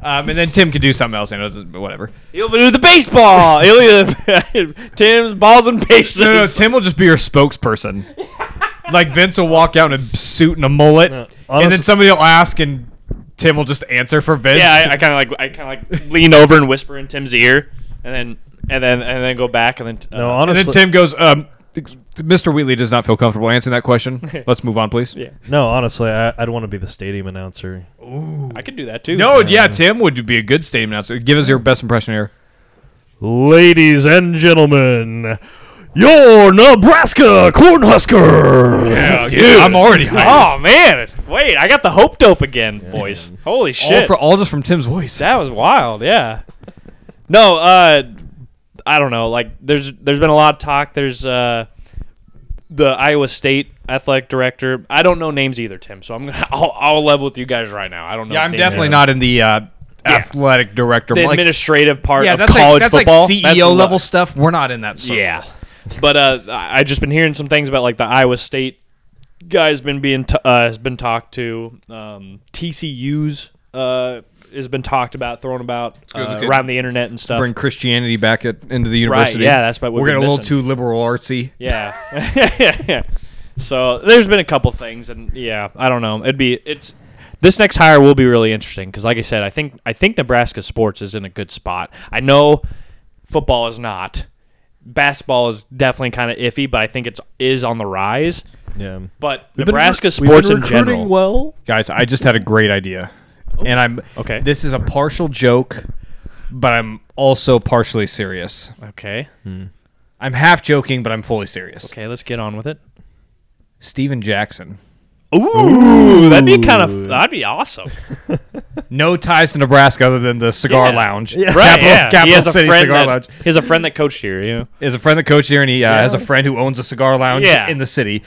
S4: um, and then Tim could do something else. You know, but whatever.
S2: He'll do the baseball. He'll do Tim's balls and bases.
S4: No, no, Tim will just be your spokesperson. like Vince will walk out in a suit and a mullet, and then
S3: honest-
S4: somebody will ask, and Tim will just answer for Vince.
S2: yeah, I, I kind of like I kind of like lean over and whisper in Tim's ear, and then and then and then go back and then. Uh,
S3: No,
S4: and
S3: honestly,
S4: then Tim goes, um, "Mr. Wheatley does not feel comfortable answering that question. Let's move on, please."
S2: Yeah.
S3: no, honestly, I, I'd want to be the stadium announcer.
S2: uh, I could do that too.
S4: No, yeah, Tim would be a good statement announcer. Give us your best impression here.
S3: Ladies and gentlemen, your Nebraska Cornhuskers.
S2: Oh, dude.
S4: I'm already hyped.
S2: Oh man, wait! I got the hope dope again, boys. Holy
S4: all,
S2: shit!
S4: for, all just from Tim's voice.
S2: that was wild. Yeah. no, uh, I don't know. Like, there's there's been a lot of talk. There's uh, the Iowa State athletic director. I don't know names either, Tim. So I'm gonna I'll, I'll level with you guys right now. I don't know.
S4: Yeah, I'm
S2: names.
S4: definitely not in the uh, athletic director.
S2: the
S4: like-
S2: administrative part
S4: yeah,
S2: of
S4: that's
S2: college
S4: like, that's
S2: football.
S4: like CEO
S2: That's lo-
S4: level stuff. We're not in that. Circle.
S2: Yeah. But uh, I I just been hearing some things about like the Iowa State guy's been being t- uh, has been talked to. Um, TCU's uh, has been talked about, thrown about
S4: good, that's
S2: uh,
S4: good.
S2: around the internet and stuff.
S4: bring Christianity back at, into the
S2: Right,
S4: university.
S2: yeah, that's what we've
S4: we're
S2: been
S4: getting a little
S2: missing.
S4: too liberal artsy.
S2: yeah. so there's been a couple things, and yeah, I don't know. It'd be it's this next hire will be really interesting because, like I said, I think I think Nebraska sports is in a good spot. I know football is not. Basketball is definitely kind of iffy, but I think it's is on the rise.
S3: Yeah.
S2: But Nebraska sports in general.
S3: Well,
S4: Guys, I just had a great idea, and I'm
S2: Oh, Okay.
S4: This is a partial joke, but I'm also partially serious.
S2: okay.
S4: I'm half joking, but I'm fully serious.
S2: Okay, let's get on with it.
S4: Steven Jackson.
S2: Ooh, that'd be kind of that'd be awesome.
S4: No ties to Nebraska other than the cigar
S2: Yeah.
S4: lounge.
S2: Right?
S4: Capital,
S2: yeah. he
S4: Capital
S2: has a
S4: City
S2: friend
S4: Cigar
S2: that,
S4: Lounge.
S2: He has a friend that coached here. You know.
S4: Is a friend that coached here, and he uh, has a friend who owns a cigar lounge
S2: Yeah.
S4: in the city.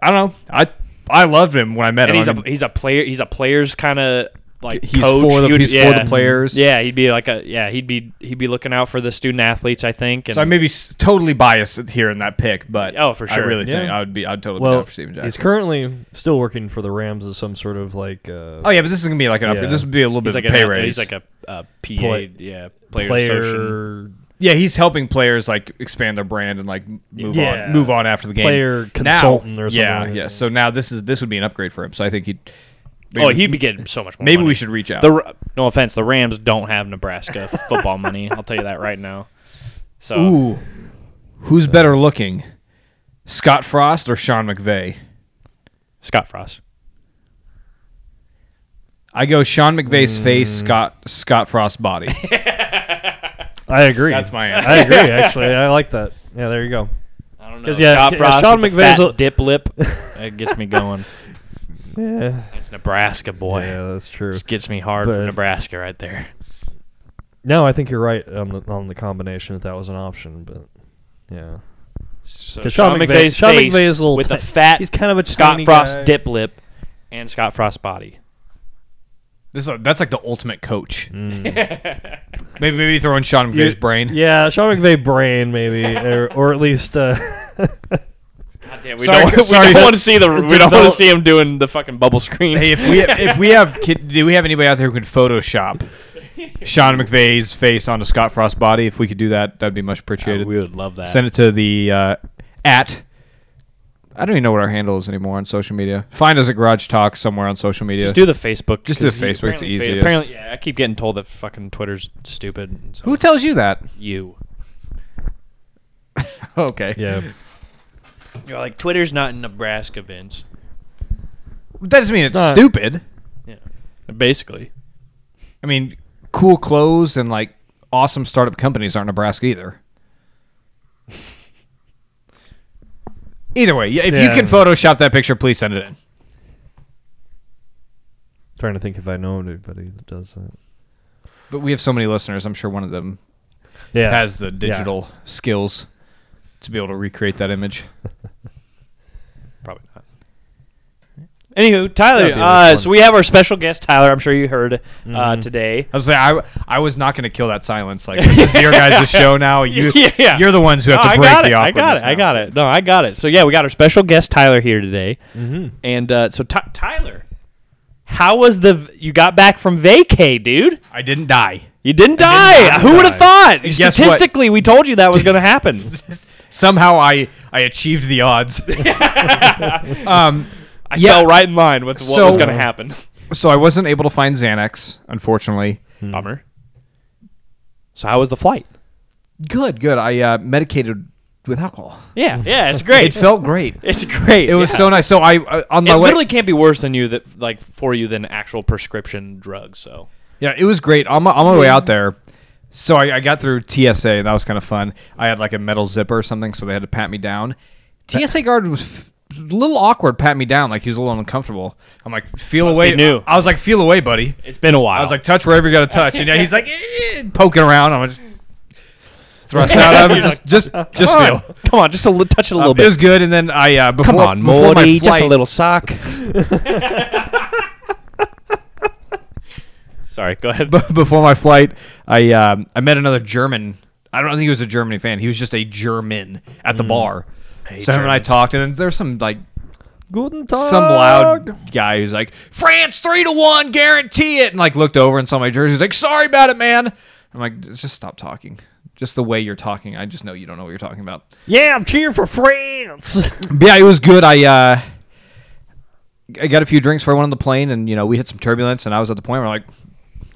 S4: I don't know. I I loved him when I met
S2: and
S4: him.
S2: he's
S4: I
S2: a
S4: mean,
S2: he's a player. He's a players kind of like
S4: He's
S2: coach.
S4: for the-
S2: He would-
S4: he's for the players.
S2: Yeah, he'd be like a yeah. He'd be he'd be looking out for the student athletes. I think. And
S4: so I may be s- totally biased here in that pick, but
S2: Oh, for sure.
S4: I really
S3: Yeah.
S4: think I would be. I'd totally be
S3: well,
S4: down for Steven
S3: he's
S4: Jackson.
S3: currently still working for the Rams as some sort of like uh,
S4: Oh yeah, but this is gonna be like an upgrade.
S3: Yeah.
S4: This would be a little
S2: he's like
S4: bit of a pay
S2: an-
S4: raise.
S2: He's like a, a PA.
S3: Play-
S2: yeah, player.
S3: player.
S2: association.
S4: yeah, he's helping players like expand their brand and like move
S3: Yeah.
S4: on, move on after the game.
S3: Player
S4: Now-
S3: consultant or something
S4: Yeah,
S3: like
S4: yeah.
S3: that.
S4: So now this is this would be an upgrade for him. So I think he'd.
S2: Oh, he'd be getting so much more.
S4: Maybe
S2: money.
S4: we should reach out.
S2: The Ra- no offense, the Rams don't have Nebraska football money. I'll tell you that right now. So
S4: Ooh, who's better looking, Scott Frost or Sean McVay?
S2: Scott Frost.
S4: I go Sean McVay's face, Scott Scott Frost's body.
S3: I agree.
S4: That's my answer.
S3: I agree. Actually, I like that. Yeah, there you go.
S2: I don't know.
S3: 'Cause, yeah,
S2: Scott
S3: yeah,
S2: Frost.
S3: Sean
S2: with the
S3: McVay's
S2: fat
S3: a-
S2: dip lip. It gets me going.
S3: Yeah,
S2: It's Nebraska boy.
S3: yeah, that's true.
S2: Just gets me hard for
S3: But-
S2: Nebraska right there.
S3: No, I think you're right on the on the combination if that was an option, but yeah.
S2: So
S3: 'Cause Sean McVay-
S2: McVay's
S3: Sean
S2: face
S3: McVay is a little
S2: with a
S3: ti-
S2: fat.
S3: he's kind of a
S2: Scott
S3: tiny
S2: Frost
S3: guy.
S2: dip lip, and Scott Frost body.
S4: This is a, that's like the ultimate coach.
S2: Mm.
S4: maybe maybe throw in Sean McVay's brain.
S3: Yeah, Sean McVay brain maybe, or, or at least uh,
S2: we
S4: Sorry-
S2: don't,
S4: sorry that-
S2: want to see the. We don't want to
S3: develop-
S2: see him doing the fucking bubble screen.
S4: Hey, if we if we have kid, do we have anybody out there who can Photoshop Sean McVay's face onto Scott Frost's body? If we could do that, that'd be much appreciated.
S2: we would love that.
S4: Send it to the uh, at. I don't even know what our handle is anymore on social media. Find us at Garage Talk somewhere on social media.
S2: Just do the Facebook.
S4: Just do
S2: 'cause
S4: the Facebook, it's
S2: apparently Fa-
S4: easiest.
S2: Apparently, yeah, I keep getting told that fucking Twitter's stupid. and So
S4: who tells you that?
S2: you?
S4: Okay.
S3: yeah,
S2: You're like Twitter's not in Nebraska, Vince.
S4: That doesn't mean it's,
S3: not-
S4: stupid.
S2: Yeah, basically.
S4: I mean, cool clothes and like awesome startup companies aren't Nebraska either. Either way, yeah, if you
S3: Yeah.
S4: can Photoshop that picture, please send it in.
S3: trying to think if I know anybody that does that.
S4: But we have so many listeners. I'm sure one of them
S3: Yeah,
S4: has the digital skills to be able to recreate that image.
S2: Probably not. Anywho, Tyler.
S4: That'd be Mm-hmm. a
S2: Uh,
S4: fun-
S2: so we have our special guest, Tyler. I'm sure you heard uh, today.
S4: I was like, I, I was not going to kill that silence. Like this is your guys' show now. You,
S2: Yeah.
S4: you're the ones who have
S2: No,
S4: to
S2: I
S4: break
S2: got
S4: the
S2: it. I got it. I got it. No, I got it. So yeah, we got our special guest Tyler here today, mm-hmm. and uh, so Ty Tyler, how was the? v- You got back from vacay, dude.
S4: I didn't die.
S2: You didn't die. Who would have thought?
S4: guess what?
S2: Statistically, we told you that was going to happen.
S4: Somehow I I achieved the odds. um,
S2: I fell right in line with what was
S4: So-
S2: going to happen.
S4: so I wasn't able to find Xanax, unfortunately.
S2: Bummer. So how was the flight?
S4: Good, good. I uh, medicated with alcohol.
S2: Yeah, yeah, it's
S4: It
S2: great.
S4: felt great.
S2: it's great.
S4: It was so nice. So I uh, on
S2: It
S4: my way.
S2: literally can't be worse than you that like for you than actual prescription drugs. So
S4: Yeah, it was great. On my, on my way out there, so I, I got through TSA, and that was kind of fun. I had like a metal zipper or something, so they had to pat me down. TSA guard was f- a little awkward, pat me down, like he was a little uncomfortable. I'm like, feel
S2: Must be
S4: away.
S2: new.
S4: I was like, feel away, buddy.
S2: it's been a while.
S4: I was like, touch wherever you got to touch, and yeah, he's like "Eh," poking around. I'm just thrusting out at him. Just, just, just
S2: come on,
S4: feel.
S2: come on, just a li- touch it a
S1: Uh,
S2: little
S4: Um,
S2: bit.
S4: It was good, and then I uh, before
S2: come on,
S4: before my
S2: Morty, just a
S4: flight-
S2: little sock. Sorry, go ahead.
S4: b- before my flight, I um, I met another German. I don't think he was a Germany fan. He was just a German at the bar. So him and I talked, and then there's some like
S3: Guten Tag.
S4: some loud guy who's like France three to one, guarantee it, and like looked over and saw my jersey. He's like, sorry about it, man. I'm like, just stop talking. Just the way you're talking, I just know you don't know what you're talking about.
S3: Yeah, I'm cheering for France.
S4: But yeah, it was good. I uh, I got a few drinks for everyone on the plane, and you know we hit some turbulence, and I was at the point where like,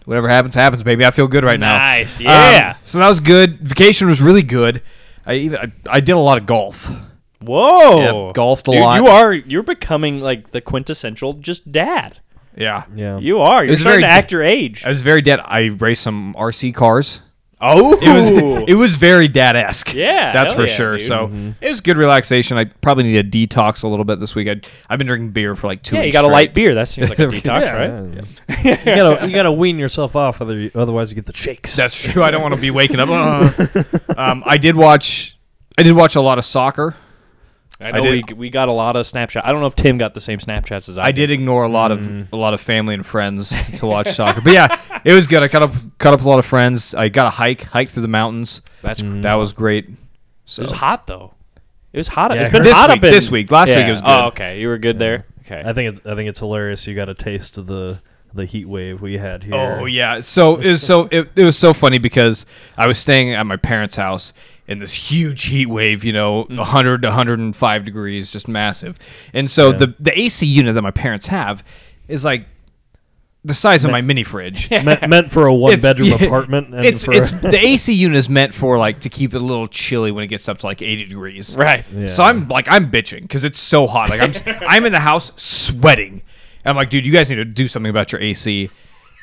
S4: whatever happens, happens, baby. I feel good right now.
S2: Nice,
S4: Um,
S2: yeah.
S4: so that was good. Vacation was really good. I even I, I did a lot of golf.
S2: Whoa,
S4: Yeah, golfed a
S2: Dude,
S4: lot.
S2: You are you're becoming like the quintessential just dad.
S4: Yeah,
S3: yeah,
S2: You are. You're
S4: was
S2: starting to
S4: very
S2: act your age.
S4: I was very dead. I raced some RC cars.
S2: Oh,
S4: It was it was very dad esque.
S2: Yeah,
S4: that's
S2: hell
S4: for
S2: yeah,
S4: sure.
S2: dude.
S4: So it was good relaxation. I probably need a detox a little bit this week. I, I've been drinking beer for like two.
S2: yeah, you
S4: weeks
S2: got a
S4: straight.
S2: light beer. That seems like a detox, right?
S3: Yeah. you gotta you gotta wean yourself off, other otherwise you get the shakes.
S4: That's true. I don't want to be waking up. "Ugh." um, I did watch. I did watch a lot of soccer.
S2: I
S4: I
S2: know
S4: did-
S2: we, we got a lot of Snapchat. I don't know if Tim got the same Snapchats as I,
S4: I did ignore a lot of a lot of family and friends to watch soccer, but yeah, it was good. I caught up caught up with a lot of friends. I got a hike, hiked through the mountains. Mm.
S2: That's
S4: That was great.
S2: it
S4: So
S2: was hot though. It was hot. it's
S3: I
S2: been
S3: heard-
S2: hot
S4: This
S2: up
S4: week-
S2: in
S4: this week. Last week it was
S2: Oh,
S4: good.
S2: okay. You were good there. Okay.
S3: I think it's I think it's hilarious. You got a taste of the the heat wave we had here.
S4: Oh yeah. So it was so it, it was so funny because I was staying at my parents' house in this huge heat wave, you know, 100 to 105 degrees, just massive. And so the the AC unit that my parents have is like the size of my mini fridge.
S3: Me- meant for a one
S4: It's-
S3: bedroom
S4: yeah.
S3: apartment. And
S4: it's
S3: for,
S4: it's the AC unit is meant for like to keep it a little chilly when it gets up to like 80 degrees.
S2: Right.
S4: So I'm like I'm bitching because it's so hot. Like I'm I'm in the house sweating. And I'm like, dude, you guys need to do something about your AC.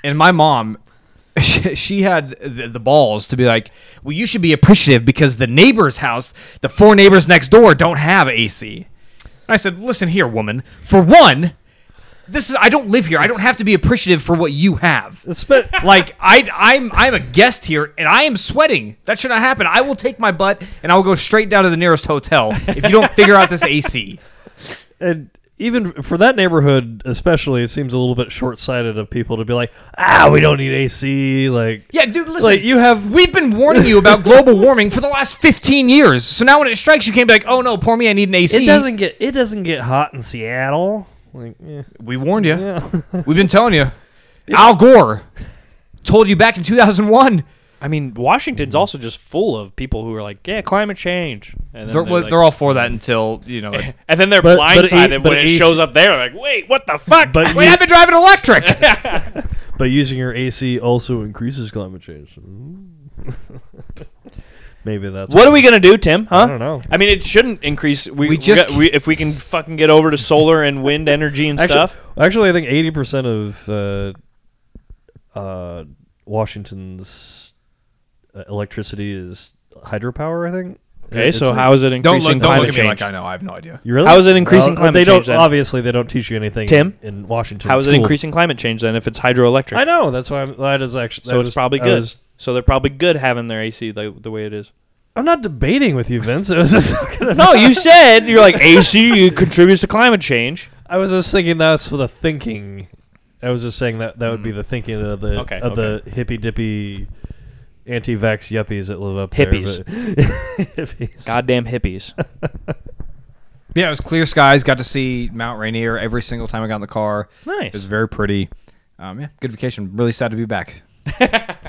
S4: And my mom, she, she had the, the balls to be like, well, you should be appreciative because the neighbor's house, the four neighbors next door, don't have AC. And I said, listen here, woman. For one, this is I don't live here. I don't have to be appreciative for what you have.
S3: It's been-
S4: Like I, I'm, I'm a guest here, and I am sweating. That should not happen. I will take my butt and I will go straight down to the nearest hotel if you don't figure out this AC.
S3: and even for that neighborhood, especially, it seems a little bit short sighted of people to be like, ah, we don't need AC. Like,
S4: Yeah, dude, listen.
S3: like you have
S4: We've been warning you about global warming for the last 15 years. So now when it strikes, you can't be like, "Oh no, poor me, I need an AC."
S3: It doesn't get it doesn't get hot in Seattle. Like eh,
S4: We warned you.
S3: yeah.
S4: We've been telling you. Al Gore told you back in 2001.
S2: I mean,
S3: Mm-hmm.
S2: Washington's also just full of people who are like, yeah, climate change. And then
S4: They're,
S2: they're, like-
S4: they're all for that until you know. it-
S2: and then they're
S3: But- but
S2: blindsided
S3: it- but
S2: when it
S3: it's-
S2: shows up there. Like, wait, what the fuck?
S3: But
S4: Wait,
S3: you-
S4: I've been driving electric.
S3: but using your AC also increases climate change. Maybe that's
S2: what are we gonna do, Tim? Huh?
S3: I don't know.
S2: I mean, it shouldn't increase. We,
S4: We
S2: we
S4: just
S2: just we, if we can fucking get over to solar and wind energy and
S3: Actually,
S2: stuff.
S3: actually, I think eighty percent of uh, uh, Washington's uh, electricity is hydropower. I think.
S2: Okay,
S3: It's
S2: so
S3: like-
S2: how is it increasing climate change?
S4: know. I have no idea.
S3: you really?
S2: how is it increasing
S3: Well,
S2: climate
S3: they
S2: change
S3: They
S2: then?
S3: don't obviously they don't teach you anything.
S2: Tim?
S3: in, in Washington,
S2: how is it
S3: school.
S2: increasing climate change then if it's hydroelectric?
S3: I know that's why I'm, that is actually
S2: so
S3: that
S2: it's
S3: was-
S2: probably
S3: I
S2: good.
S3: was-
S2: so they're probably good having their AC the, the way it is.
S3: I'm not debating with you, Vince. It was just
S2: no, you said you're like AC contributes to climate change.
S3: I was just thinking that's for the thinking. I was just saying that that would be the thinking of the
S2: Mm. Okay,
S3: of the hippy dippy anti-vax yuppies that live up
S2: Hippies.
S3: there. but- hippies.
S2: Goddamn hippies.
S4: Yeah, it was clear skies. Got to see Mount Rainier every single time I got in the car. It was
S2: nice.
S4: very pretty. Um, yeah, good vacation. Really sad to be back.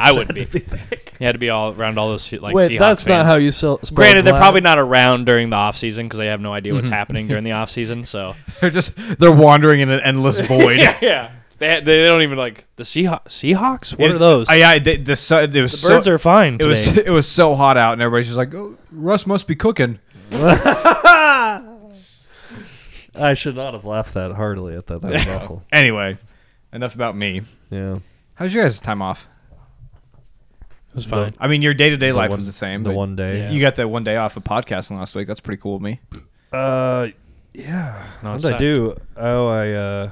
S2: I would be. You had to be all around all those se- like
S3: Wait,
S2: Seahawks
S3: that's
S2: fans.
S3: not how you sell. spell Mm-hmm.
S2: Granted, they're
S3: glad.
S2: probably not around during the off season because they have no idea what's happening during the off season. So
S4: They're just they're wandering in an endless void.
S2: yeah, yeah. They, they don't even like the Seahawks. Seahawks? What
S4: It-
S2: are those?
S4: I, I, Uh, the, the, sun- it was
S2: the birds
S4: so,
S2: are fine.
S4: It was
S2: today.
S4: it was so hot out, and everybody's just like, oh, "Russ must be cooking."
S3: I should not have laughed that heartily at that. That was awful.
S4: Anyway, enough about me.
S3: Yeah,
S4: How's your guys' time off?
S2: It was fine.
S4: I mean, your day to day
S3: The
S4: life
S3: one-
S4: was the same.
S3: The
S4: but
S3: one day.
S2: Yeah.
S4: You got that one day off of podcasting last week. That's pretty cool of me.
S3: Uh, yeah.
S2: No, it
S3: what did I
S2: sucked.
S3: do? Oh, I uh,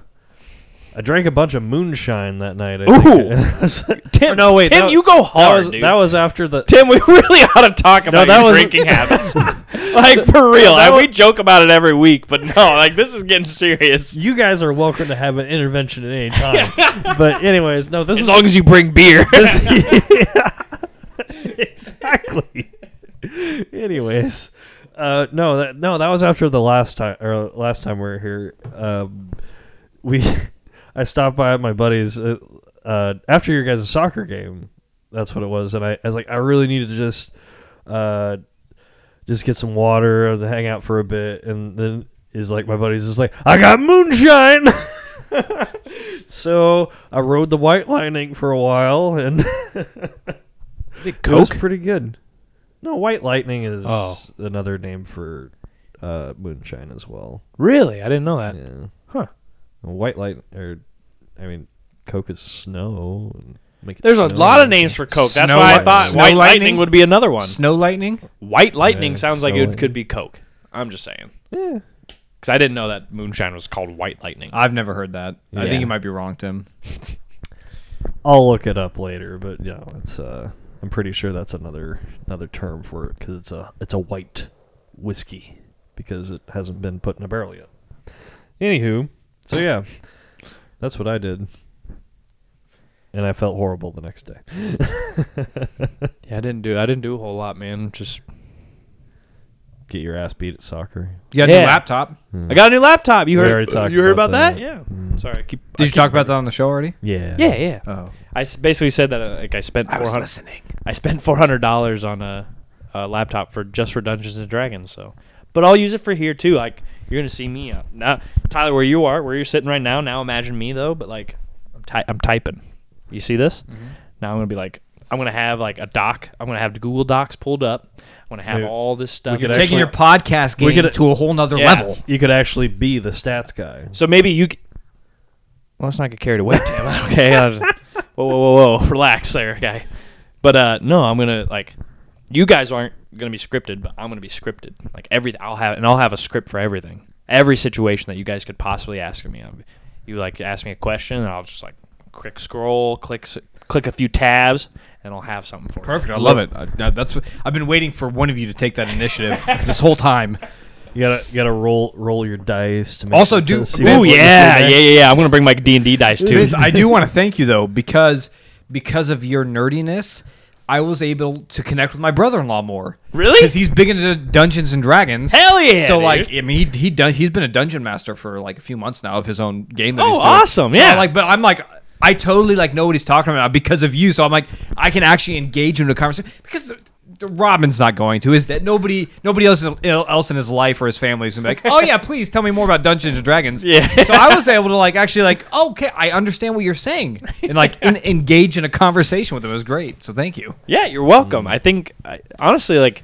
S3: I drank a bunch of moonshine that night. I Think.
S2: Tim,
S3: no, wait,
S2: Tim,
S3: that-
S2: you go hard,
S3: that was
S2: dude.
S3: that was after the
S2: Tim, we really ought to talk about
S3: that
S2: your
S3: was-
S2: drinking habits. like for real,
S3: That
S2: and we
S3: was-
S2: joke about it every week, but no, like this is getting serious.
S3: You guys are welcome to have an intervention at any time. but anyways, no, this
S2: As
S3: is
S2: long as you bring beer.
S3: this, exactly. anyways, uh, no, that, no, that was after the last time or last time we were here. Um, we, I stopped by at my buddy's uh, uh, after your guys' soccer game. That's what it was, and I, I was like, I really needed to just. Uh, just get some water and hang out for a bit and then is like my buddy's just like i got moonshine so i rode the white lining for a while and it was pretty good no white lightning is
S2: Oh.
S3: another name for uh, moonshine as well
S2: Really, I didn't know that.
S3: yeah
S2: Huh.
S3: white light or i mean coke is snow and make it
S2: There's a
S3: snow.
S2: lot of names for Coke. That's
S4: Snow
S2: why I
S4: Li-
S2: thought
S4: Snow
S2: White
S4: Lightning?
S2: Lightning would be another one.
S4: Snow lightning.
S2: White Lightning
S3: Yeah,
S2: sounds like
S3: Snow
S2: it
S3: Lightning.
S2: could be Coke. I'm just saying.
S3: yeah.
S2: Because I didn't know that moonshine was called White Lightning.
S4: I've never heard that. I
S3: Yeah.
S4: think you might be wrong, Tim.
S3: I'll look it up later, but yeah, it's uh, I'm pretty sure that's another another term for it because it's a it's a white whiskey because it hasn't been put in a barrel yet. Anywho, so yeah, that's what I did, and I felt horrible the next day.
S2: Yeah, I didn't do. I didn't do a whole lot, man. Just
S3: get your ass beat at soccer.
S4: You got a
S2: Yeah.
S4: new laptop.
S2: I got a new laptop. You
S3: We
S2: heard?
S3: already talked
S2: You heard
S3: about
S2: about that?
S3: that.
S2: Yeah. Sorry. I keep,
S4: Did you talk about that on the show already?
S3: Yeah.
S2: Yeah, yeah.
S4: Oh.
S2: I s- basically said that uh, like I spent four hundred. I spent four hundred dollars on a, a laptop for just for Dungeons and Dragons. So, but I'll use it for here too. Like you're gonna see me out now, Tyler, where you are, where you're sitting right now. Now imagine me though, but like I'm, ty- I'm typing. You see this? Now I'm gonna be like I'm gonna have like a doc. I'm gonna have Google Docs pulled up. I'm gonna have
S3: Dude,
S2: all this stuff.
S3: could Actually-
S4: Taking your podcast game
S3: We could-
S4: to a whole nother
S2: Yeah.
S4: level.
S3: You could actually be the stats guy.
S2: So maybe you. c- Well, let's not get carried away, Tim. okay. I was- whoa, whoa, whoa, whoa. Relax there, guy. But uh, no, I'm gonna like. You guys aren't gonna be scripted, but I'm gonna be scripted. Like everything, I'll have and I'll have a script for everything, every situation that you guys could possibly ask me. I'll be- You like ask me a question, and I'll just like click scroll, click s- click a few tabs, and I'll have something for
S4: Perfect. I love it. I, that- that's what, I've been waiting for one of you to take that initiative this whole time.
S3: You gotta you gotta roll roll your dice to make
S4: Also,
S3: sure
S4: do-
S3: to see
S2: you. Ooh
S3: what's-
S2: yeah, yeah, yeah, yeah. I'm gonna bring my D and D dice too.
S4: Vince, I do want to thank you though because because of your nerdiness, I was able to connect with my brother-in-law more.
S2: Really?
S4: Because he's big into Dungeons and Dragons.
S2: Hell yeah,
S4: So
S2: dude.
S4: like, I mean, he he done, he's been a dungeon master for like a few months now of his own game. That
S2: Oh,
S4: he's doing.
S2: awesome,
S4: So,
S2: yeah.
S4: like, but I'm like. I totally like know what he's talking about because of you. So I'm like, I can actually engage in a conversation because the, the Robin's not going to. Is that nobody? Nobody else is- else in his life or his family is gonna be like, oh yeah, please tell me more about Dungeons and Dragons.
S2: Yeah.
S4: So I was able to like actually like okay, I understand what you're saying, and like en- engage in a conversation with him. It was great. So thank you.
S2: Yeah, you're
S3: Mm.
S2: welcome. I think I, honestly, like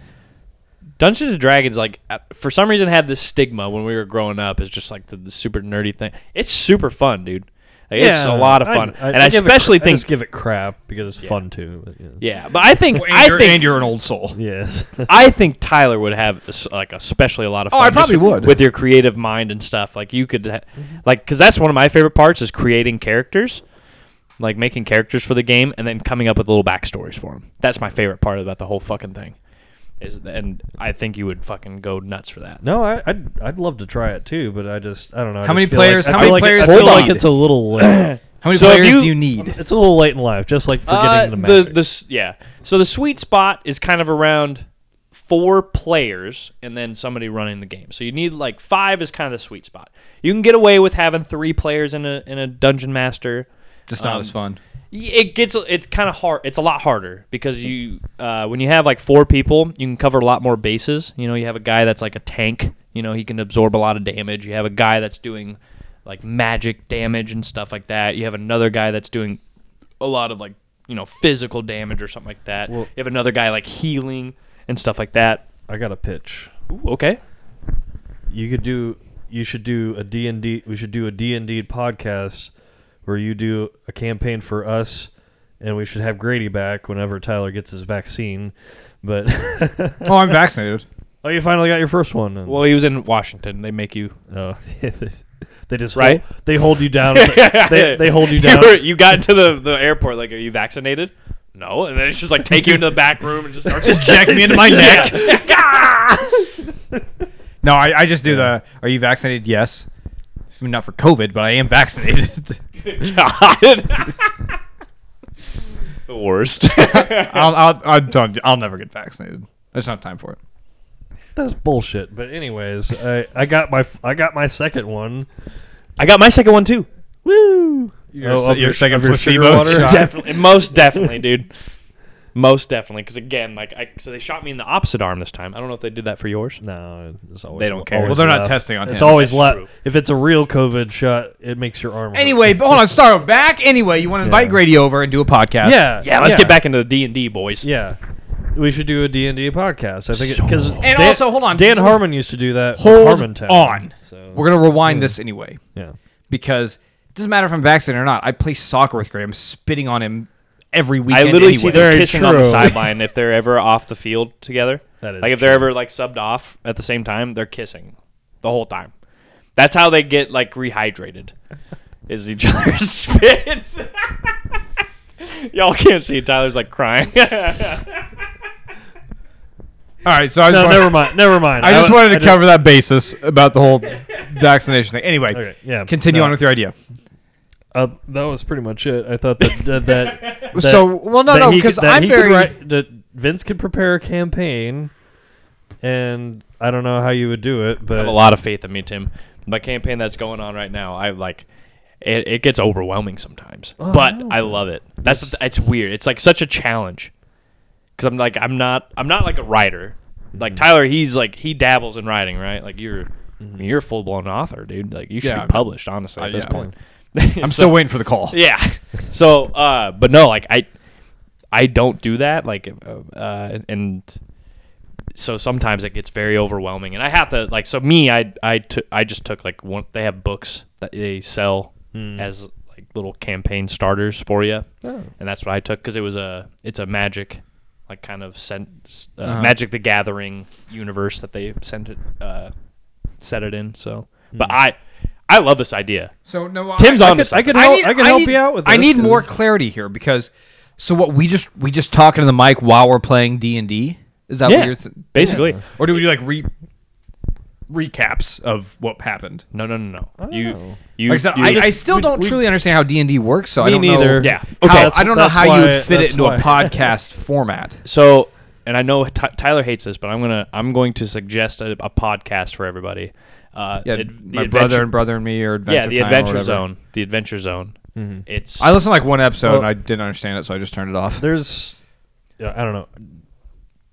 S2: Dungeons and Dragons, like uh, for some reason had this stigma when we were growing up as just like the, the super nerdy thing. It's super fun, dude. Like, It's a lot of fun, and I,
S3: give it
S2: especially
S3: cra- I
S2: think
S3: just give it crap because it's fun too. But yeah.
S2: yeah. But I think
S4: And,
S2: I
S4: you're, and
S2: think
S4: you're an old soul.
S3: Yes.
S2: I think Tyler would have s- like especially a lot of
S4: Oh,
S2: fun.
S4: I probably
S2: just
S4: would. Mm-hmm.
S2: with your creative mind and stuff. Like you could, ha- like, because that's one of my favorite parts is creating characters, like making characters for the game, and then coming up with little backstories for them. That's my favorite part about the whole fucking thing. Is and I think you would fucking go nuts for that.
S3: No, I, I'd I'd love to try it too, but I just I don't know. I
S4: How
S3: just
S4: many
S3: feel
S4: players-
S3: Like,
S4: how
S3: I feel
S4: many
S3: like,
S4: players
S3: I
S4: do
S3: feel
S4: you
S3: like
S4: need?
S3: it's a little late.
S4: How many
S2: So if
S4: players
S2: you-
S4: do you need?
S3: it's a little late in life, just like forgetting the
S2: Uh, the
S3: magic.
S2: s- yeah. So the sweet spot is kind of around four players and then somebody running the game. So you need like five is kind of the sweet spot. You can get away with having three players in a in a dungeon master.
S4: Just not
S2: Um,
S4: as fun.
S2: Y- It gets it's kind of hard. It's a lot harder because you uh, when you have like four people, you can cover a lot more bases. You know, you have a guy that's like a tank. You know, he can absorb a lot of damage. You have a guy that's doing like magic damage and stuff like that. You have another guy that's doing a lot of like you know physical damage or something like that. you have another guy like healing and stuff like that.
S3: I got a pitch.
S2: Ooh, okay.
S3: You could do. You should do a D and D. We should do a D and D podcast where you do a campaign for us, and we should have Grady back whenever Tyler gets his vaccine. But
S4: Oh, I'm vaccinated.
S3: oh, you finally got your first one. and-
S2: Well, he was in Washington. They make you
S3: oh, they just
S2: Right?
S3: hold, they hold you down. they, they hold you down.
S2: You, were- you got into the, the airport like, are you vaccinated? No, and then it's just like take you into the back room and just start
S4: Jack me into my neck. No, I, I just do the. Are you vaccinated? Yes. I mean, not for COVID, but I am vaccinated.
S2: God. the worst.
S4: I'll, I'll, I'll, don't- I'll never get vaccinated. I just don't have time for it.
S3: That's bullshit. But anyways, I, I got my I got my second one.
S2: I got my second one too.
S3: Woo!
S4: Your,
S3: Oh,
S4: se-
S3: of
S4: your
S3: your-
S4: second
S3: of your sugar
S4: placebo
S3: water?
S4: shot.
S2: Definitely, most definitely, dude. Most definitely, because again, like, I, so they shot me in the opposite arm this time. I don't know if they did that for yours.
S3: No, it's always
S2: They don't care.
S3: always
S4: Well, they're not
S3: left.
S4: testing on
S3: It's
S4: him.
S3: always
S2: That's
S3: left.
S2: true.
S3: If it's a real COVID shot, it makes your arm. hurt.
S4: Anyway, but hold on. Start back. Anyway, you want to invite
S3: Yeah.
S4: Grady over and do a podcast?
S3: yeah,
S2: Yeah, let's get back into the D and D, boys.
S3: Yeah, we should do a D and D podcast. I think
S2: So-
S3: because
S4: And also, hold on.
S3: Dan Harmon used to do that. with
S4: Hold
S3: Harmontown,
S4: on.
S3: So,
S4: We're gonna rewind this anyway
S3: yeah,
S4: because it doesn't matter if I'm vaccinated or not. I play soccer with Grady. I'm spitting on him every
S2: I
S4: weekend.
S2: literally
S4: anyway.
S2: see them
S3: Very
S2: kissing on the
S3: true.
S2: sideline if they're ever off the field together.
S3: That is
S2: like if they're
S3: true.
S2: ever like subbed off at the same time, they're kissing the whole time. That's how they get like rehydrated. Is each other's spit. Y'all can't see Tyler's like crying.
S4: All right. So I just
S3: no,
S4: wanted,
S3: never mind, never mind.
S4: I just wanted to
S3: I
S4: cover that basis about the whole vaccination thing. Anyway,
S3: Okay, yeah,
S4: continue
S3: no.
S4: on with your idea.
S3: Uh, that was pretty much it. I thought that that, that, that
S4: So, well, no,
S3: that
S4: no,
S3: he could-
S4: 'cause
S3: that
S4: I'm
S3: he could
S4: very-
S3: write- that Vince could prepare a campaign, and I don't know how you would do it,
S2: I have
S3: but
S2: a lot of faith in me, Tim. My campaign that's going on right now, I like it, it gets overwhelming sometimes,
S4: Oh,
S2: but I love it. That's the th- it's weird. It's like such a challenge because I'm like I'm not I'm not like a writer. Like Tyler, he's like he dabbles in writing, right? Like you're you're a full blown author, dude. Like you should
S4: Yeah, I
S2: be
S4: mean-
S2: published, honestly,
S4: Uh,
S2: at this
S4: yeah.
S2: point.
S4: I'm still waiting for the call.
S2: Yeah. So, uh, but no, like I, I don't do that. Like, uh, uh, and so sometimes it gets very overwhelming, and I have to like. So me, I I took I just took like one. They have books that they sell as like little campaign starters for you, and that's what I took because it was a it's a magic. Like kind of sent uh, Magic the Gathering universe that they sent it uh, set it in. So, but I I love this idea.
S4: So no,
S2: Tim's
S4: I,
S2: on to
S3: I
S2: something.
S3: could help. I,
S4: need-
S3: can help
S4: need-
S3: you out with.
S4: I
S3: this,
S4: need
S3: 'cause-
S4: more clarity here because so what we just we just talking to the mic while we're playing D and D. Is that what you're th-
S2: basically.
S4: or do we do like re recaps of what happened?
S2: No, no, no, no. you,
S3: know.
S2: you,
S4: Like I, said,
S2: you-
S4: I, I still don't truly understand how D and D works, so I
S3: Me
S4: don't
S3: neither.
S4: know.
S2: Yeah.
S4: how-
S2: Okay.
S3: That's-
S4: I don't know
S3: that's
S4: how you
S3: why-
S4: would fit it
S3: that's
S4: into a
S3: why.
S4: podcast format.
S2: so, and I know Ty Tyler hates this, but I'm gonna, I'm going to suggest a, a podcast for everybody. Uh,
S4: Yeah,
S2: ad- the
S4: my
S2: Adventure-
S4: brother and brother and me or adventure.
S2: yeah, the
S4: Time or
S2: Adventure
S4: whatever.
S2: Zone, the Adventure Zone. It's
S4: I listened to like one episode
S3: Well-
S4: and I didn't understand it, so I just turned it off.
S3: There's, yeah, I don't know.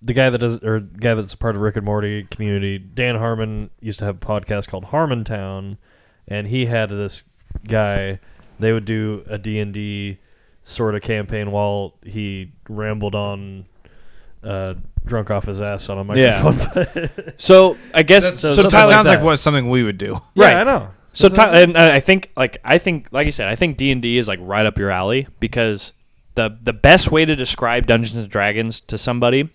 S3: The guy that does, or guy that's part of Rick and Morty community, Dan Harmon used to have a podcast called Harmontown, and he had this guy. They would do a D and D sort of campaign while he rambled on, uh, drunk off his ass on a
S2: Yeah.
S3: microphone.
S2: so I guess
S3: so
S2: so.
S3: something
S2: Tyler,
S4: sounds
S3: that.
S4: like what something we would do.
S3: Yeah,
S2: Right.
S3: I know.
S2: So Ty- and uh, I I think like I think like you said, I think D and D is like right up your alley because the the best way to describe Dungeons and Dragons to somebody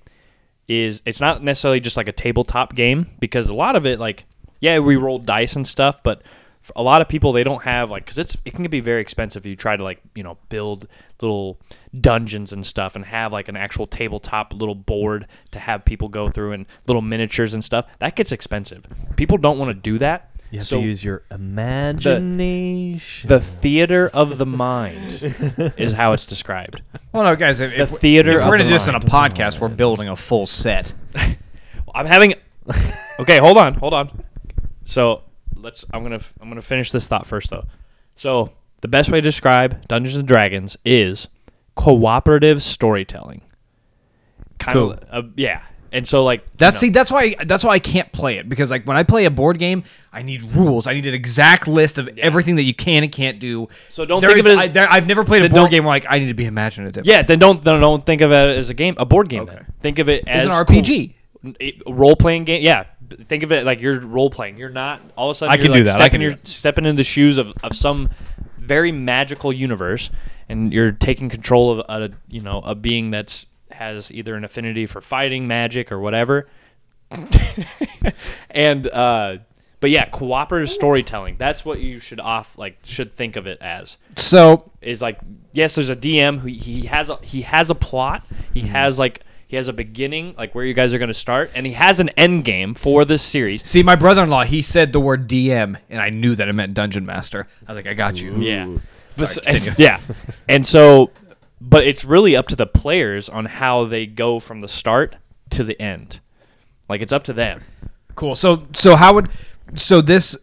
S2: is it's not necessarily just like a tabletop game because a lot of it like yeah we roll dice and stuff but f- a lot of people they don't have like because it's it can be very expensive if you try to like you know build little dungeons and stuff and have like an actual tabletop little board to have people go through and little miniatures and stuff that gets expensive people don't want to do that
S3: You have
S2: So-
S3: to use your imagination.
S2: the theater of the mind is how it's described.
S4: Well, no, guys, if,
S2: The
S4: if we-
S2: theater
S4: if
S2: of
S4: we're gonna
S2: the
S4: do this in a
S2: mind.
S4: podcast, we're building a full set.
S2: I'm having. Okay, hold on, hold on. So let's. I'm gonna. I'm gonna finish this thought first, though. So the best way to describe Dungeons and Dragons is cooperative storytelling. Kind
S4: Cool.
S2: of. Uh, yeah. And so like
S4: That's
S2: you
S4: see, that's why that's why I can't play it because like when I play a board game, I need rules. I need an exact list of everything that you can and can't do.
S2: So don't think of it as-
S4: I, there, I've never played a
S2: Then
S4: board
S2: don't-
S4: game where like I need to be imaginative.
S2: Yeah, then don't then don't think of it as a game, a board game. Then. Think of it as
S4: an RPG.
S2: role playing game. Yeah, b- think of it like you're role playing. You're not all of a sudden.
S4: I
S2: you're,
S4: can
S2: like,
S4: do that. I
S2: Stepping,
S4: can do
S2: you're
S4: that.
S2: stepping in the shoes of, of some very magical universe, and you're taking control of a you know a being that's has either an affinity for fighting magic or whatever. and uh, but yeah, cooperative storytelling. That's what you should off like should think of it as
S4: So
S2: is like yes there's a dm who he has a he has a plot he
S3: Mm-hmm.
S2: has like he has a beginning like where you guys are going to start and he has an end game for this series
S4: see, my brother-in-law, he said the word DM, and I knew that it meant dungeon master. I was like, I got you.
S2: yeah But so- and- yeah and so but it's really up to the players on how they go from the start to the end like it's up to them
S4: Cool. So so how would so this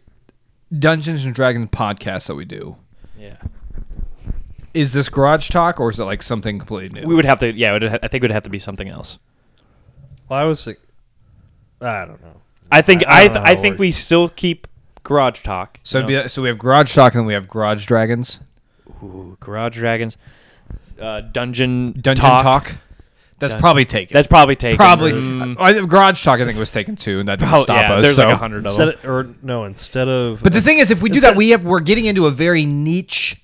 S4: Dungeons and Dragons podcast that we do
S2: yeah
S4: is this garage talk or is it like something completely new?
S2: we would have to yeah it would ha- i think it would have to be something else
S3: Well, I was, like, I don't know.
S2: i think i
S3: I don't
S2: th-
S3: know how
S2: I
S3: it
S2: think we
S3: works.
S2: still keep garage talk
S4: so
S2: you
S4: it'd
S2: know?
S4: be, so we have garage talk and then we have garage dragons.
S2: Ooh, garage dragons uh, dungeon
S4: Dungeon
S2: talk.
S4: talk. That's
S2: Dun-
S4: probably taken.
S2: that's probably taken
S4: probably
S2: Mm.
S4: I think garage talk. I think was taken too, and that didn't
S2: Oh,
S4: stop
S2: yeah,
S4: us.
S2: there's
S4: so.
S2: like a hundred of
S3: Instead
S2: them.
S3: of, or no, instead of.
S4: But the thing is, if we do
S3: It's
S4: that,
S3: a-
S4: we have we're getting into a very niche,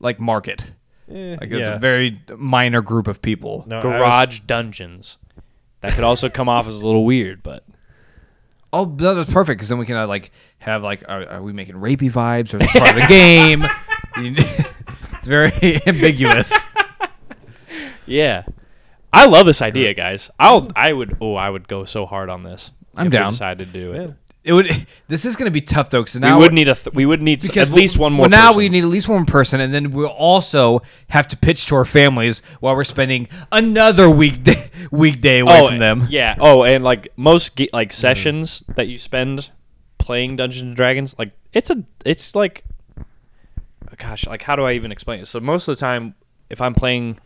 S4: like market. Like it's
S3: yeah.
S4: a very minor group of people.
S3: No, I was-
S2: Garage dungeons. That could also come off as a little weird, but
S4: Oh, no, that's perfect because then we can uh, like have like are, are we making rapey vibes or is it part of the game? You- it's very ambiguous.
S2: yeah, I love this idea, guys. I'll I would oh I would go so hard on this.
S4: I'm
S2: if we
S4: down.
S2: Decided to do it.
S4: it would. This is going to be tough though, because now
S2: we would need a th- we would need s- at least one more.
S4: Well, now we
S2: person.
S4: need at least one person, and then we'll also have to pitch to our families while we're spending another weekday weekday away
S2: oh,
S4: from them.
S2: Yeah. Oh, and like most ge-
S4: Mm-hmm.
S2: like sessions that you spend playing Dungeons and Dragons, like it's a it's like gosh, like how do I even explain it? So most of the time if I'm playing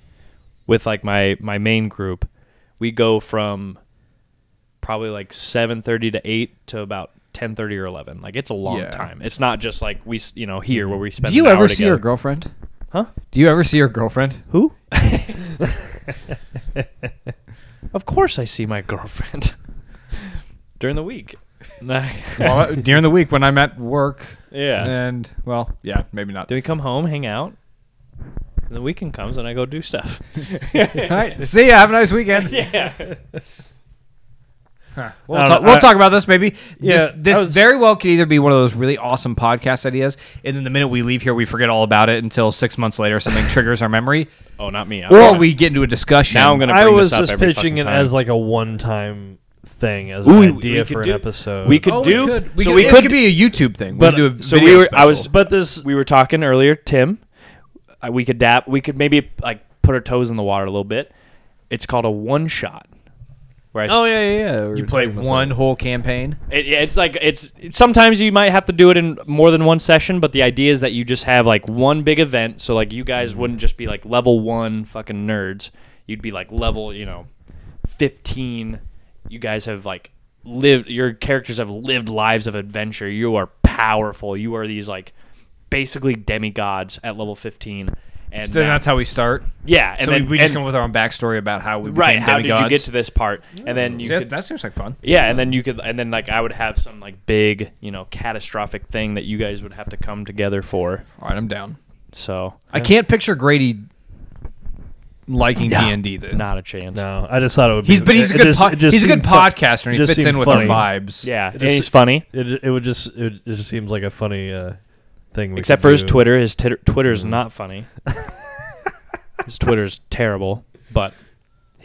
S2: with like my my main group, we go from probably like 7:30 to 8 to about 10:30 or 11. Like it's a long
S4: Yeah. Mm-hmm.
S2: time. It's not just like we s- you know here where we spend
S4: Do you
S2: an
S4: ever
S2: hour
S4: see
S2: together.
S4: your girlfriend?
S2: Huh?
S4: Do you ever see your girlfriend?
S2: Who? of course I see my girlfriend during the week. Nah.
S4: well, uh, during the week when I'm at work,
S2: yeah.
S4: and well, yeah, maybe not.
S2: Then we come home, hang out. And the weekend comes and I go do stuff.
S4: All right, see ya. Have a nice weekend.
S2: yeah.
S4: Huh. We'll,
S3: I
S4: talk,
S3: don't-
S4: we'll
S3: I-
S4: talk about this maybe.
S3: Yeah,
S4: this this
S3: I was-
S4: very well could either be one of those really awesome podcast ideas, and then the minute we leave here, we forget all about it until six months later, something triggers our memory,
S2: Oh, not me. I'm
S4: or
S2: gonna-
S4: we get into a discussion.
S2: Now I'm gonna
S3: I
S2: bring
S3: was
S2: this up
S3: just
S2: every
S3: pitching
S2: fucking
S3: it
S2: time.
S3: as like a one-time thing as
S2: Ooh, we-
S3: an
S2: we
S3: idea
S2: could
S3: for
S2: do-
S3: an episode.
S2: we could
S4: Oh,
S2: do
S4: we could. We
S2: so
S4: could,
S2: we
S4: it
S2: could
S4: could be a YouTube thing.
S3: But-
S4: we could do a
S2: so
S4: video
S2: we were I
S4: special.
S2: was
S3: but this
S2: we were talking earlier, Tim. Uh, we could dap. We could maybe like put our toes in the water a little bit. It's called a one shot. Where I s-
S3: Oh yeah, yeah, yeah. we
S4: You
S3: were
S4: play
S3: talking about
S4: one whole campaign.
S2: It, yeah, it's like it's sometimes you might have to do it in more than one session, but the idea is that you just have like one big event. So like you guys wouldn't just be like level one fucking nerds. You'd be like level you know fifteen. You guys have like lived. Your characters have lived lives of adventure. You are powerful. You are these like basically demigods at level fifteen. And
S4: So
S2: now-
S4: that's how we start.
S2: yeah, and
S4: so
S2: then
S4: we, we just
S2: and-
S4: come up with our own backstory about how we
S2: right.
S4: became
S2: How did you
S4: demigods.
S2: get to this part? And then you
S4: See, that-
S2: could,
S4: that seems like fun.
S2: yeah, and then you could, and then like I would have some like big, you know, catastrophic thing that you guys would have to come together for.
S4: All right, I'm down.
S2: So
S4: I can't picture Grady liking D and D.
S2: not a chance.
S3: No, I just thought it would.
S4: He's
S3: be,
S4: but he's a
S3: it
S4: good
S3: just-
S4: po-
S3: it just
S4: he's a good
S3: seemed fu-
S4: podcaster and
S3: it
S4: he
S3: just
S4: fits in
S3: seemed
S4: with
S3: funny.
S4: the vibes.
S2: Yeah, and
S3: just-
S2: he's funny,
S3: It, it would just it, it just seems like a funny uh, thing. We
S2: except
S3: could
S2: for his
S3: do.
S2: Twitter. His titter Twitter's not funny. his Twitter's terrible, but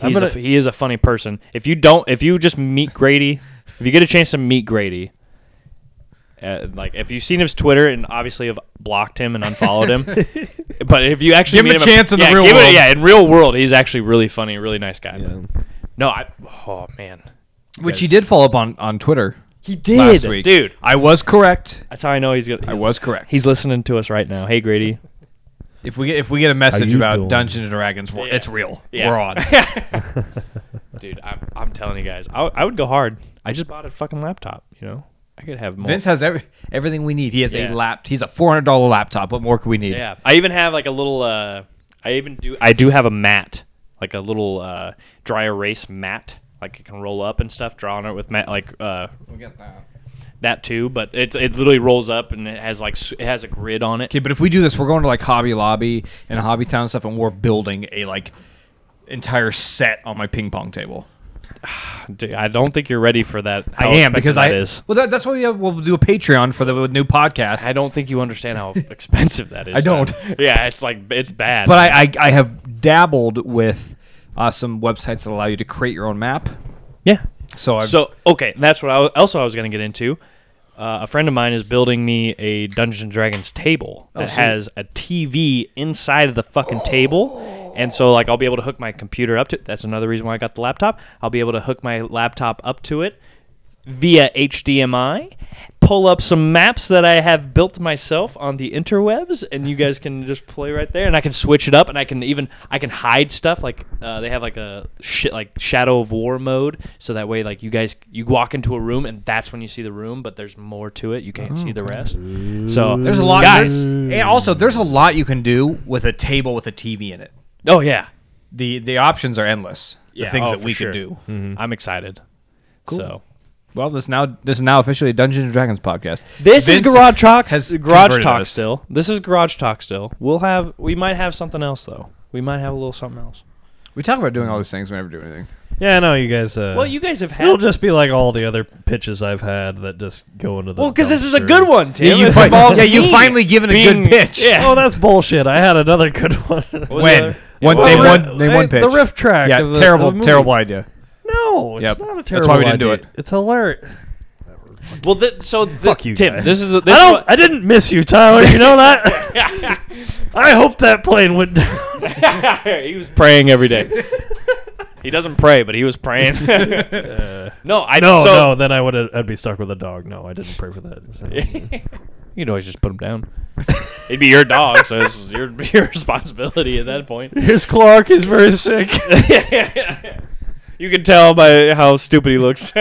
S3: I'm
S2: he's a,
S3: gonna-
S2: he is a funny person. If you don't, if you just meet Grady, if you get a chance to meet Grady. Uh, like if you've seen his Twitter and obviously have blocked him and unfollowed him, but if you actually
S4: Give him
S2: meet
S4: a chance in the
S2: yeah,
S4: real
S2: give it-
S4: world.
S2: yeah, in real world, he's actually really funny, really nice guy.
S3: Yeah.
S2: But no, I oh man,
S4: which he did follow up on on Twitter
S2: he did,
S4: last week.
S2: dude.
S4: I was correct.
S2: That's how I know he's. Gonna,
S4: I
S2: he's-
S4: was correct.
S2: He's listening to us right now. Hey, Grady.
S4: if we get if we get a message
S3: you
S4: about
S3: doing?
S4: Dungeons and Dragons, we're,
S2: Yeah.
S4: it's real.
S2: Yeah.
S4: We're on.
S2: dude, I'm, I'm telling you guys, I, I would go hard. I just bought a fucking laptop. You know, I could have more.
S4: Vince has every, everything we need. He has
S2: Yeah.
S4: a lap. He's a four hundred dollar laptop. What more could we need?
S2: yeah, I even have like a little. Uh, I even do. I do have a mat, like a little uh, dry erase mat. Like you can roll up and stuff, draw on it with mat, like uh,
S4: We'll get that.
S2: that too. But it it literally rolls up and it has like s- it has a grid on it.
S4: Okay, but if we do this, we're going to like Hobby Lobby and Hobby Town and stuff, and we're building a like entire set on my ping pong table.
S2: Dude, I don't think you're ready for that. how
S4: I
S2: expensive
S4: am because
S2: that
S4: I
S2: is.
S4: well that, that's why we have, we'll do a Patreon for the new podcast.
S2: I don't think you understand how expensive that is.
S4: I don't.
S2: Tom. Yeah, it's like it's bad.
S4: but I, I I have dabbled with uh, some websites that allow you to create your own map.
S2: yeah.
S4: So I've,
S2: So okay, that's what I was, also I was going to get into. Uh, a friend of mine is building me a Dungeons and Dragons table that has a TV inside of the fucking table, and so like I'll be able to hook my computer up to. That's another reason why I got the laptop. I'll be able to hook my laptop up to it via HDMI, pull up some maps that I have built myself on the interwebs, and you guys can just play right there. And I can switch it up, and I can even I can hide stuff. Like uh, they have like a shit like Shadow of War mode, so that way like you guys you walk into a room and that's when you see the room, but there's more to it. You can't see the rest. So
S4: there's a lot.
S2: guys.
S4: there's- and also, there's a lot you can do with a table with a TV in it.
S2: oh yeah,
S4: The the options are endless. The
S2: Yeah,
S4: things
S2: oh,
S4: that
S2: for
S4: we
S2: sure.
S4: can do.
S2: I'm excited. So.
S4: Well, this now this is now officially a Dungeons and Dragons podcast.
S2: This is
S4: Vince
S2: garage talk.
S4: has
S2: Garage
S4: converted
S2: talk
S4: us.
S2: still. This is garage talk still. We'll have. We might have something else though. We might have a little something else.
S4: We talk about doing all these things. We never do anything.
S3: Yeah, no, you guys. Uh,
S2: Well, you guys have had.
S3: It'll just be like all the other pitches I've had that just go into the.
S2: well, because this is a
S3: dumpster.
S2: good one, Tim.
S4: you
S2: This
S4: fi-
S2: involves
S4: yeah, you
S2: me
S4: finally given a
S2: being-
S4: good pitch.
S2: Yeah.
S3: Oh, that's bullshit! I had another good one.
S2: was
S4: when
S2: the-
S4: one
S2: what
S4: they
S2: was
S4: won
S2: it?
S4: they
S3: Hey,
S4: won pitch
S3: the riff track
S4: Yeah,
S3: of the-
S4: terrible
S3: of the movie.
S4: terrible idea.
S3: No, it's
S4: Yep.
S3: not a terrible.
S4: That's why we didn't do
S3: idea.
S4: it.
S3: It's hilarious.
S2: Well, th- so th-
S3: Fuck you,
S2: Tim.
S3: guy.
S2: This is a,
S3: I
S2: this
S3: don't.
S2: Is what-
S3: I didn't miss you, Tyler. You know that. I hope that plane went down.
S2: he was praying every day. he doesn't pray, but he was praying. Uh, no, I
S3: No,
S2: so-
S3: no. Then I would. I'd be stuck with a dog. No, I didn't pray for that. So.
S2: You can always just put him down. It'd be your dog, so this is your your responsibility at that point.
S3: Here's Clark. He's very sick.
S2: you can tell by how stupid he looks.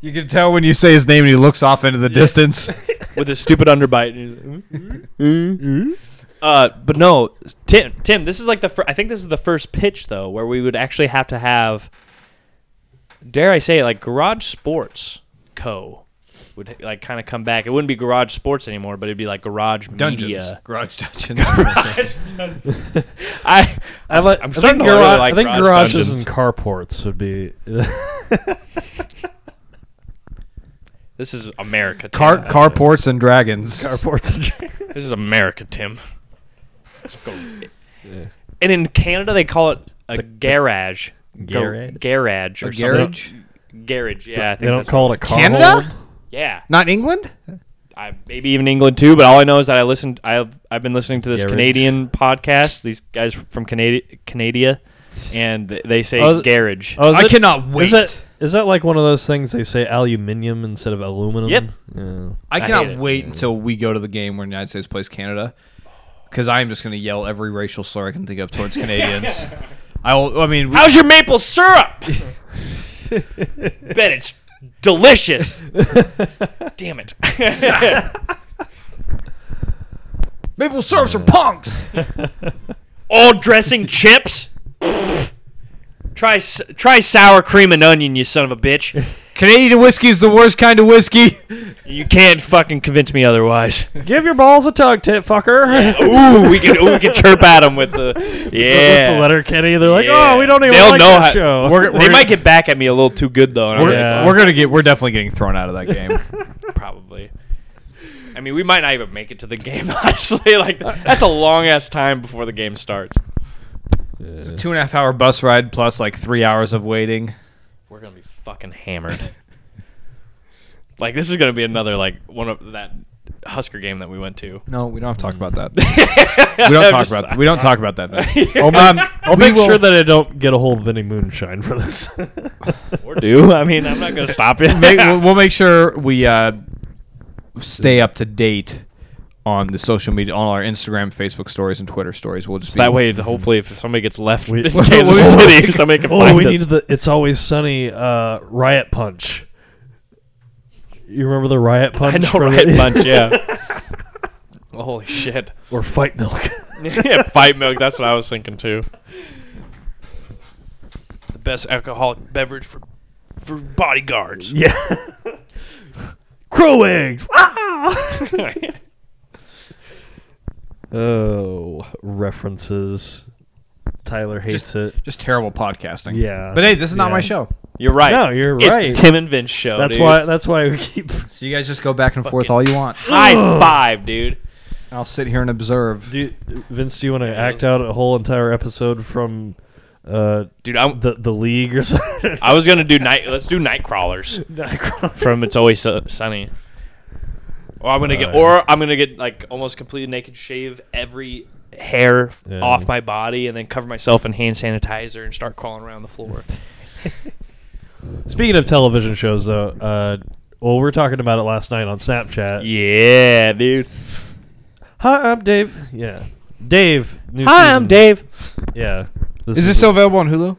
S4: You can tell when you say his name and he looks off into the distance.
S2: with his stupid underbite. and he's like, uh, but no, Tim. Tim, this is like the. Fir- I think this is the first pitch though, where we would actually have to have. Dare I say, it, like Garage Sports Co. would like kind of come back. It wouldn't be Garage Sports anymore, but it'd be like Garage
S4: Dungeons.
S2: Media.
S4: Garage dungeons.
S2: I, I'm,
S3: like-
S2: I'm starting to really
S3: gara-
S2: like
S3: I think
S2: garage
S3: garages
S2: dungeons.
S3: and carports would be.
S2: This is America. Tim.
S4: Car, carports and dragons.
S3: carports.
S2: This is America, Tim. Let's go. And in Canada, they call it a garage. Go-
S3: Garage?
S2: garage or
S4: A
S2: something.
S4: garage?
S2: Garage. Yeah, I think
S3: they don't
S2: that's
S3: call it a car.
S4: Canada?
S3: hold.
S2: Yeah,
S4: Not England?
S2: I, maybe even England too. But all I know is that I listened. I've I've been listening to this
S3: Garage.
S2: Canadian podcast. These guys from Canada, Canada, and th- they say
S3: Oh, is-
S2: garage.
S3: Oh, is
S4: I
S3: it-
S4: cannot
S3: Is
S4: wait.
S3: that, is that like one of those things they say aluminium instead of aluminum?
S2: Yep.
S3: Yeah.
S4: I
S2: hate
S4: cannot
S2: it.
S4: wait until we go to the game where the United States plays Canada, because I am just going to yell every racial slur I can think of towards Canadians. I will. I mean, we,
S2: How's your maple syrup? Bet it's delicious. Damn it.
S4: maple syrups are punks.
S2: all dressing chips. try s- try sour cream and onion, you son of a bitch.
S4: Canadian whiskey is the worst kind of whiskey.
S2: You can't fucking convince me otherwise.
S3: Give your balls a tug, tit fucker.
S2: Ooh, we can ooh, we can chirp at them with the yeah.
S3: With the letter Kenny, they're like,
S2: Yeah.
S3: oh, we don't even
S2: They'll
S3: like
S2: know
S3: that
S2: how-
S3: show.
S4: We're-
S2: They might get back at me a little too good though. and I'm
S4: We're,
S2: like,
S3: Yeah.
S4: we're gonna get. We're definitely getting thrown out of that game.
S2: Probably. I mean, we might not even make it to the game. Honestly, like that's a long ass time before the game starts.
S4: It's a two and a half hour bus ride plus like three hours of waiting.
S2: We're gonna be fucking hammered. like this is gonna be another like one of that Husker game that we went to.
S4: No, we don't have to talk about that. we don't talk
S2: just-
S4: about. We don't talk about that. Vince.
S3: I'll
S4: Um,
S3: make, I'll
S4: we
S3: make
S4: will-
S3: sure that I don't get a hold of any moonshine for this.
S2: Or do. I mean, I'm not going to stop it.
S4: make, we'll, we'll make sure we uh, stay up to date on the social media, on our Instagram, Facebook stories, and Twitter stories. We'll just be-
S2: that way, hopefully, if somebody gets left in
S3: we-
S2: Kansas
S3: we-
S2: City, somebody can
S3: oh,
S2: find
S3: we
S2: us.
S3: need the It's Always Sunny uh, Riot Punch. You remember the Riot Punch?
S2: I know,
S3: from-
S2: right, Bunch, yeah. Holy shit.
S3: or Fight Milk.
S2: yeah, fight milk. That's what I was thinking, too. The best alcoholic beverage for, for bodyguards.
S3: yeah. Crow eggs. Ah! oh, references. Tyler hates it.
S4: Just terrible podcasting.
S3: Yeah.
S4: But hey, this is not my
S3: Yeah.
S4: show.
S2: You're right.
S3: No, you're
S2: It's the
S3: right.
S2: Tim and Vince show.
S3: That's
S2: dude.
S3: why. That's why we keep.
S4: So you guys just go back and forth all you want.
S2: High five, dude.
S4: I'll sit here and observe.
S3: Do you, Vince? Do you want to act out a whole entire episode from uh,
S2: Dude, I'm,
S3: the the league or something?
S2: I was going to do night. Let's do night crawlers. from It's Always Su- Sunny. Or I'm gonna get,
S3: Uh,
S2: or I'm gonna get like almost completely naked, shave every hair
S3: Yeah.
S2: off my body, and then cover myself in hand sanitizer and start crawling around the floor.
S3: Speaking of television shows, though, uh, well, we were talking about it last night on Snapchat.
S2: yeah, dude.
S3: Hi, I'm Dave. Yeah, Dave. new
S2: Hi, I'm
S3: season.
S2: Dave.
S3: Yeah.
S4: Is this still available on Hulu?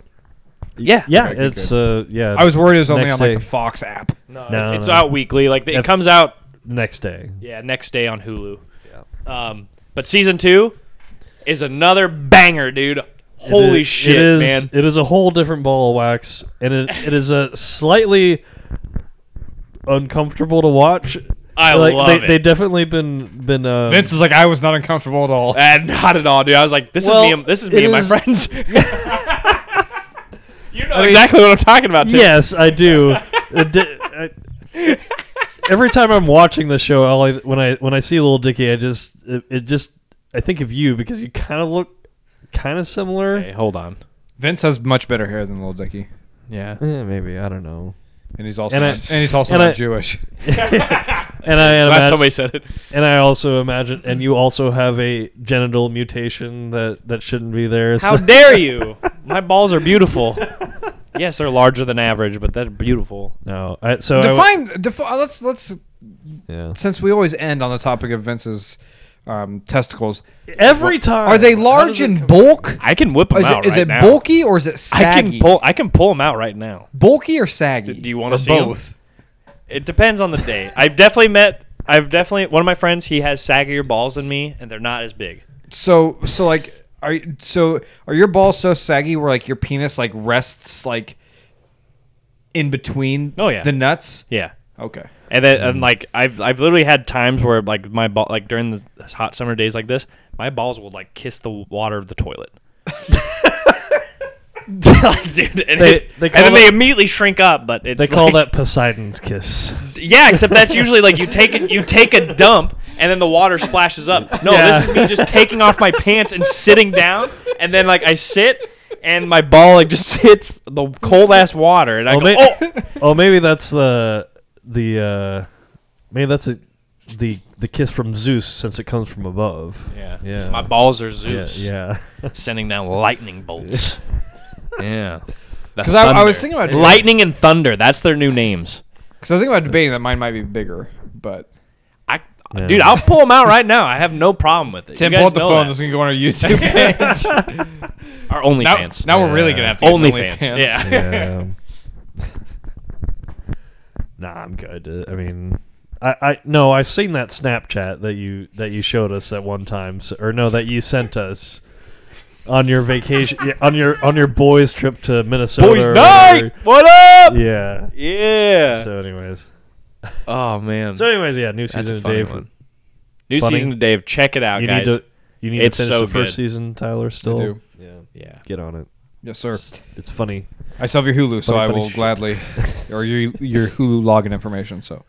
S2: Yeah,
S3: Yeah,
S4: Okay, good,
S3: it's uh, yeah.
S4: I was worried it was only
S3: next
S4: on like the
S3: day.
S4: Fox app.
S2: No,
S3: No,
S2: it's
S3: no.
S2: out weekly. Like it
S3: If-
S2: comes out,
S3: next day.
S2: yeah, next day on Hulu. Um, but season two is another banger, dude.
S3: It
S2: Holy
S3: is-
S2: shit,
S3: it is,
S2: man!
S3: It is a whole different ball of wax, and it, it is a slightly uncomfortable to watch.
S2: I
S3: like,
S2: love
S3: they,
S2: it.
S3: They definitely been been um,
S4: Vince is like, I was not uncomfortable at all.
S2: And not at all, dude. I was like, this
S3: Well,
S2: is me. And, this is me
S3: it
S2: and my
S3: is-
S2: friends. you know exactly what I'm talking about. Tim.
S3: Yes, I do. It di- I- every time I'm watching the show, all I, when I when I see Little Dicky, I just it, it just I think of you because you kind of look kind of similar.
S2: Hey, hold on.
S4: Vince has much better hair than Little Dicky.
S2: Yeah.
S3: Yeah, Eh, maybe I don't know.
S4: and he's also
S3: And I-
S4: not, and he's also
S3: and
S4: not
S3: I-
S4: Jewish.
S3: And I
S2: Glad
S3: imagine,
S2: somebody said it.
S3: and I also imagine, and you also have a genital mutation that that shouldn't be there.
S2: How
S3: so-
S2: dare you? My balls are beautiful. yes, they're larger than average, but they're beautiful.
S3: no, I, so I w-
S4: Define. defi- uh, let's let's
S3: yeah.
S4: since we always end on the topic of Vince's um, testicles.
S3: every time.
S4: Are they
S3: How
S4: large
S3: does it
S4: in
S3: come-
S4: bulk?
S2: I can whip them
S4: Is
S2: out
S4: it, is
S2: right
S4: it
S2: now.
S4: bulky or is it
S2: I
S4: saggy?
S2: can pull. I can pull them out right now.
S4: bulky or saggy?
S2: Do you want
S4: Or
S2: to see 'em?
S4: both?
S2: It depends on the day. I've definitely met. I've definitely one of my friends. He has saggier balls than me, and they're not as big.
S4: So so like are you- so are your balls so saggy where like your penis like rests like in between
S2: Oh, yeah.
S4: the nuts?
S2: Yeah.
S4: Okay.
S2: And then
S3: Mm.
S2: and like I've I've literally had times where like my ball like during the hot summer days like this, my balls will like kiss the water of the toilet. like, dude, and,
S3: They-
S2: it-
S3: they
S2: and
S3: call
S2: then they
S3: that-
S2: immediately shrink up, but it's
S3: They call
S2: like-
S3: that Poseidon's kiss.
S2: Yeah, except that's usually like you take a, you take a dump and then the water splashes up. No,
S3: Yeah.
S2: this is me just taking off my pants and sitting down, and then like I sit and my ball like just hits the cold ass water, and I
S3: Oh,
S2: go,
S3: may-
S2: oh,
S3: oh, maybe that's the the uh, maybe that's a, the the kiss from Zeus since it comes from above.
S2: yeah,
S3: Yeah.
S2: my balls are
S3: Yeah,
S2: Zeus,
S3: yeah.
S2: sending down lightning bolts. yeah,
S4: Because I, I was thinking about
S2: lightning and thunder. That's their new names.
S4: Because I was thinking about debating that mine might be bigger, but
S2: I,
S3: Yeah.
S2: dude, I'll pull them out right now. I have no problem with it.
S4: Tim,
S2: you
S4: pull
S2: guys
S4: up the
S2: know
S4: phone.
S2: that.
S4: This is gonna go on our YouTube page.
S2: Our
S4: now
S2: OnlyFans.
S4: now we're really gonna have to get an
S2: OnlyFans.
S4: OnlyFans.
S2: Yeah.
S3: Yeah. Um, nah, I'm good. Uh, I mean, I, I no, I've seen that Snapchat that you that you showed us at one time, so, or no, that you sent us on your vacation, yeah, on your on your boys trip to Minnesota.
S2: Boys
S3: or
S2: night. What up?
S3: whatever. Yeah.
S2: Yeah.
S3: So, anyways,
S2: oh man.
S3: so anyways, yeah, new season of Dave.
S2: New
S3: Funny.
S2: season of Dave. Check it out,
S3: You
S2: guys.
S3: need to you need
S2: It's
S3: to finish
S2: so
S3: the first
S2: good.
S3: season, Tyler. Still,
S4: do.
S3: yeah,
S2: yeah.
S3: get on it.
S4: Yes, sir.
S3: It's funny.
S4: I still have your Hulu, so
S3: Funny,
S4: I
S3: funny
S4: will
S3: shit.
S4: gladly, or your your Hulu login information. So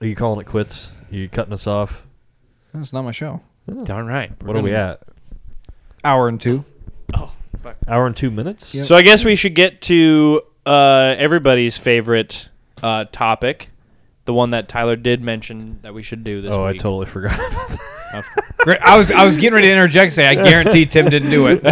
S3: Are you calling it quits? Are you cutting us off?
S4: that's not my show.
S2: Darn right.
S3: What are we at?
S4: Hour and two.
S2: Oh fuck.
S3: Hour and two minutes.
S4: Yep.
S2: So I guess we should get to uh, everybody's favorite uh, topic, the one that Tyler did mention that we should do this
S3: Oh, I
S2: week.
S3: totally forgot. about that.
S4: Great. I was I was getting ready to interject, and say I guarantee Tim didn't do it,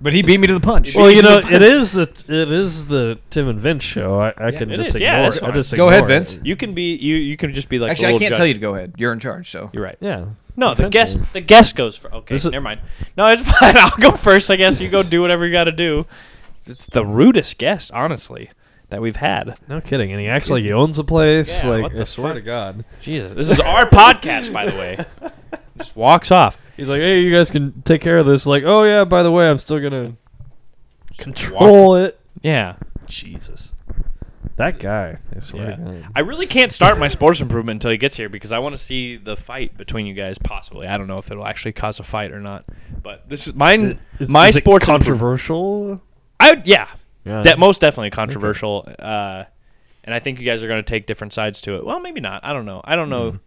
S4: but he beat me to the punch.
S3: well, you know, it is the it is the Tim and Vince show. I, I can
S2: it
S3: just
S2: is.
S3: ignore
S2: Yeah, that's
S3: it. I
S2: fine.
S3: just
S4: Go ahead,
S3: ignore it.
S4: Vince.
S2: You can be you. You can just be like.
S4: Actually,
S2: the
S4: I
S2: little
S4: can't
S2: judge.
S4: tell you to go ahead. You're in charge, so
S2: You're right.
S3: Yeah.
S2: No, the
S3: Potentially.
S2: guest the guest goes for. Okay,
S3: This is-
S2: never mind. No, it's fine. I'll go first. I guess you go do whatever you got to do. It's the rudest guest, honestly, that we've had.
S3: No kidding. And he acts like he owns the place.
S2: Yeah,
S3: like
S2: what
S3: I
S2: the
S3: swear to
S2: fuck?
S3: God.
S2: Jesus, this is our podcast, by the way. Just walks off.
S3: He's like, hey, you guys can take care of this. Like, oh yeah, by the way, I'm still gonna control it.
S2: Yeah,
S3: Jesus. That guy. I swear
S2: yeah.
S3: to God.
S2: I really can't start my sports improvement until he gets here because I want to see the fight between you guys. Possibly, I don't know if it'll actually cause a fight or not. But this is mine.
S3: Is-
S2: my
S3: is it
S2: sports improvement-
S3: controversial.
S2: I would, yeah,
S3: Yeah.
S2: De- most definitely controversial. Uh, and I think you guys are going to take different sides to it. Well, maybe not. I don't know. I don't know.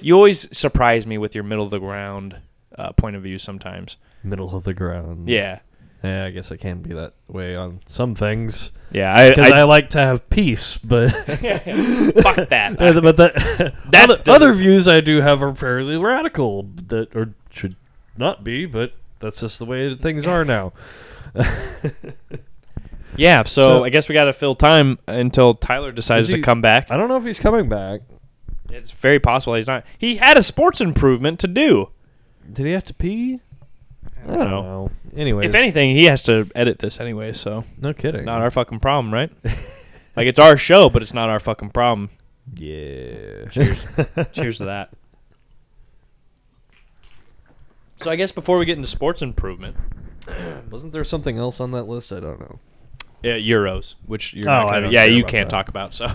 S2: You always surprise me with your middle of the ground uh, point of view sometimes.
S3: Middle of the ground.
S2: Yeah,
S3: Yeah, I guess I can be that way on some things
S2: yeah. I,
S3: because I,
S2: I,
S3: like to have peace, but
S2: fuck that.
S3: Uh, but that,
S2: That
S3: other,
S2: doesn't-
S3: other views I do have are fairly radical that or should not be, but that's just the way that things are now.
S2: yeah. So,
S3: So-
S2: I guess we got to fill time until Tyler decides
S3: Is he-
S2: to come back.
S3: I don't know if he's coming back.
S2: It's very possible he's not. He had a sports improvement to do.
S3: Did he have to pee? I don't
S2: know.
S3: know. Anyways,
S2: If anything, he has to edit this anyway. So
S3: no kidding.
S2: not our fucking problem, right? like it's our show, but it's not our fucking problem.
S3: yeah.
S2: Cheers to that. So I guess before we get into sports improvement,
S3: Wasn't there something else on that list? I don't know.
S2: uh, Euros, which you're
S3: Oh,
S2: not
S3: I
S2: gonna,
S3: don't
S2: yeah,
S3: care
S2: you
S3: about
S2: can't
S3: that.
S2: talk about. So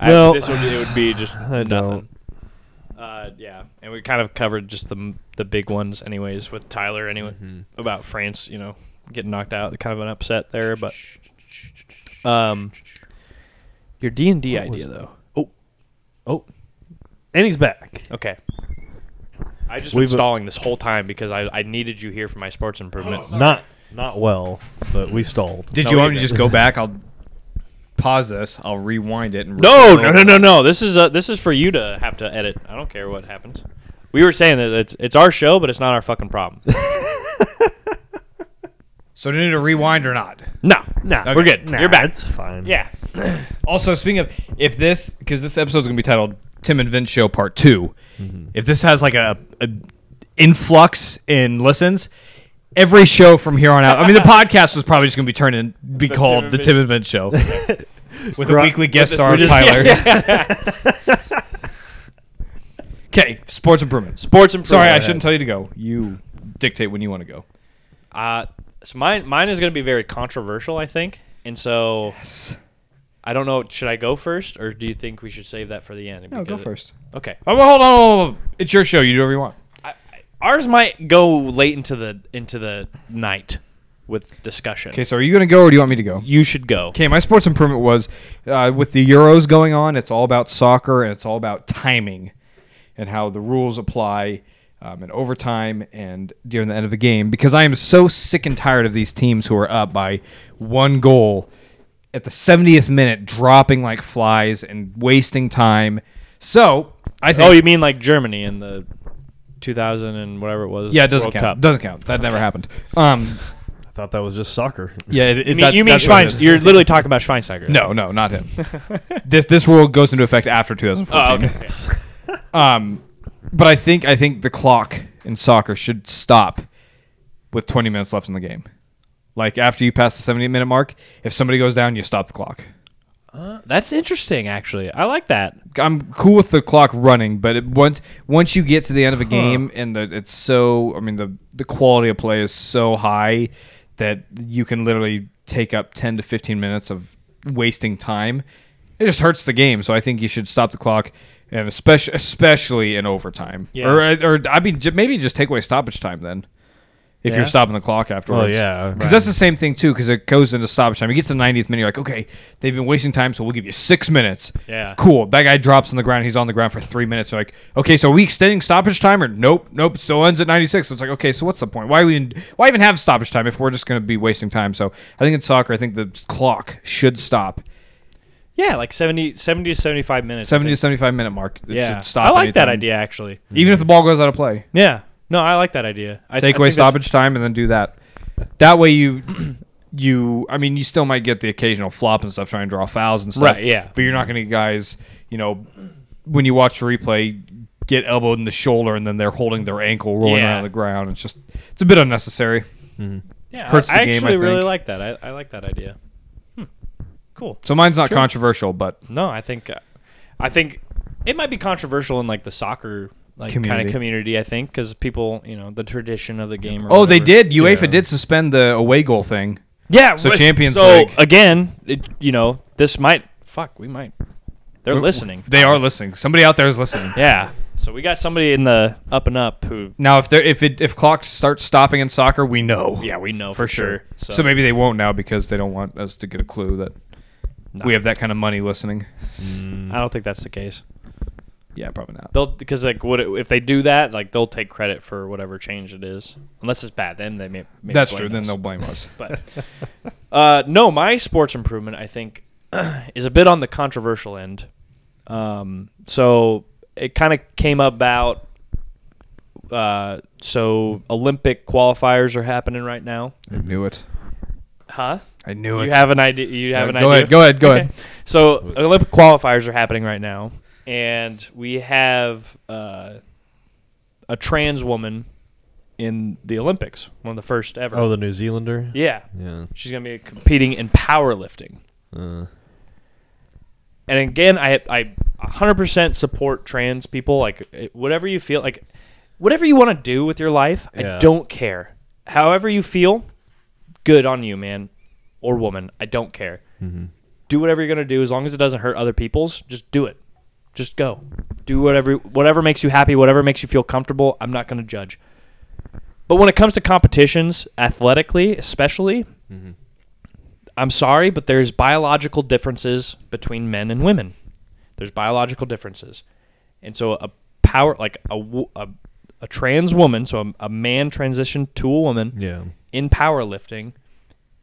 S3: No.
S2: I, this would it would be just
S3: I
S2: nothing. Uh, yeah, and we kind of covered just the the big ones, anyways, with Tyler anyway about France, you know, getting knocked out, kind of an upset there, but um, your D and D
S3: What was
S2: idea though.
S3: Oh, and he's back.
S2: Okay. I just
S3: We've-
S2: been stalling this whole time because I, I needed you here for my sports improvement.
S3: Not not well, but we stalled.
S4: Did
S2: No,
S4: you
S2: we
S4: want me to
S2: didn't.
S4: just go back? I'll pause this. I'll rewind it. And
S2: No, no, no, no, no. This is uh, this is for you to have to edit. I don't care what happens. We were saying that it's it's our show, but it's not our fucking problem.
S4: So do you need to rewind or not?
S2: no, no,
S3: Nah,
S2: we're good.
S3: Nah,
S2: You're back.
S3: It's fine.
S2: Yeah,
S4: Also, speaking of, if this because this episode's gonna be titled Tim and Vince Show Part 2 if this has like a, a influx in listens, every show from here on out. I mean, the podcast was probably just gonna be turned in be called
S2: and
S4: the
S2: Vince-
S4: Tim and Vince Show with a
S3: Right.
S4: weekly guest
S2: With the-
S4: star of
S2: we just-
S4: Tyler. Okay, sports improvements.
S2: sports and
S4: Sorry, I shouldn't tell you to go. You dictate when you want to go.
S2: Uh, so mine mine is going to be very controversial, I think, and so I don't know. Should I go first, or do you think we should save that for the end?
S4: No, go
S2: Because it-
S4: first.
S2: Okay,
S4: Oh, well, hold on, hold on. It's your show. You do whatever you want.
S2: I, I- ours might go late into the into the night with discussion.
S4: Okay, so are you going to go or do you want me to go?
S2: You should go.
S4: Okay, my sports improvement was uh, with the Euros going on, it's all about soccer and it's all about timing and how the rules apply um, in overtime and during the end of the game because I am so sick and tired of these teams who are up by one goal at the 70th minute dropping like flies and wasting time. So I think.
S2: Oh, you mean like Germany in the 2000 and whatever it was?
S4: yeah, it doesn't
S2: World
S4: count.
S2: Cup.
S4: Doesn't count. That never happened. Um,
S3: I thought that was just soccer.
S4: yeah, it, it,
S2: you mean, you mean Schweinsteiger? You're literally talking about Schweinsteiger.
S4: No, no, not him. this this rule goes into effect after 2014.
S2: Oh, okay.
S4: Um, but I think I think the clock in soccer should stop with 20 minutes left in the game. Like after you pass the 70 minute mark, if somebody goes down, you stop the clock.
S2: That's interesting, actually. I like that.
S4: I'm cool with the clock running, but it, once once you get to the end of a game and the, it's so I mean the the quality of play is so high that you can literally take up 10 to 15 minutes of wasting time. It just hurts the game, so I think you should stop the clock and especially especially in overtime.
S2: Yeah.
S4: Or or I mean j- maybe just take away stoppage time then. If
S2: Yeah.
S4: you're stopping the clock afterwards.
S3: yeah,
S4: Because that's the same thing too. Because it goes into stoppage time. You get to the 90th minute, you're like, okay, they've been wasting time, so we'll give you six minutes.
S2: Yeah.
S4: Cool. That guy drops on the ground. He's on the ground for three minutes. You're like, okay, so are we extending stoppage time or nope, nope. Still ends at 96. So it's like, okay, so what's the point? Why we why even have stoppage time if we're just going to be wasting time? So I think in soccer, I think the clock should stop
S2: Yeah, like 70, 70 to 75 minutes. I
S4: 70 to
S2: think.
S4: 75 minute mark. It
S2: yeah.
S4: should stop.
S2: I like that
S4: anytime.
S2: idea, actually.
S4: Even if the ball goes out of play,
S2: Yeah. No, I like that idea. I,
S4: take
S2: I
S4: away
S2: think that's-
S4: stoppage time and then do that. That way you. You, I mean, you still might get the occasional flop and stuff, trying to draw fouls and stuff.
S2: Right, yeah.
S4: but you're not going to guys, you know, when you watch the replay, get elbowed in the shoulder and then they're holding their ankle rolling
S2: Yeah.
S4: around on the ground. It's just, it's a bit unnecessary.
S2: Yeah,
S4: Hurts
S2: I,
S4: the game,
S2: actually
S4: I
S2: really
S4: think.
S2: like that. I, I like that idea. Hmm. Cool.
S4: So mine's not controversial, but
S2: No, I think, uh, I think it might be controversial in like the soccer like kind
S4: Community.
S2: of community. I think because people, you know, the tradition of the game. Or
S4: oh, they
S2: whatever.
S4: did. UEFA did suspend the away goal thing.
S2: Yeah.
S4: So
S2: but-
S4: Champions
S2: so
S4: League.
S2: again, it, you know, this might fuck. We might. They're listening.
S4: They are listening. Somebody out there is listening.
S2: Yeah. So we got somebody in the up and up who.
S4: Now, if they're if it if clock starts stopping in soccer, we know.
S2: Yeah, we know for, sure.
S4: So. maybe they won't now because they don't want us to get a clue that we have that kind of money listening.
S2: I don't think that's the case.
S4: Yeah, probably not.
S2: They'll because like what it, if they do that like they'll take credit for whatever change it is unless it's bad then they may. may
S4: That's
S2: blame
S4: true. Then
S2: us.
S4: they'll blame us.
S2: But uh, no, my sports improvement I think is a bit on the controversial end. Um, so it kind of came about. Uh, so Olympic qualifiers are happening right now,
S4: I knew it.
S2: huh?
S4: I knew it.
S2: You have an idea. You have
S4: Uh,
S2: an
S4: go
S2: idea.
S4: ahead, go ahead, go ahead.
S2: So Olympic qualifiers are happening right now, and we have uh, a trans woman in the Olympics, one of the first ever.
S3: Oh, the New Zealander.
S2: yeah,
S3: Yeah.
S2: she's gonna be competing in powerlifting.
S3: Uh,
S2: and again, I I 100% support trans people. Like it- whatever you feel, like whatever you want to do with your life,
S3: Yeah.
S2: I don't care. However you feel, good on you, man or woman. I don't care.
S3: Mm-hmm.
S2: Do whatever you're gonna do, as long as it doesn't hurt other people's. Just do it. Just go. Do whatever whatever makes you happy, whatever makes you feel comfortable. I'm not gonna judge. But when it comes to competitions, athletically especially, I'm sorry, but there's biological differences between men and women. There's biological differences, and so a power like a wo- a, a trans woman, so a, a man transitioned to a woman
S3: yeah.
S2: in powerlifting,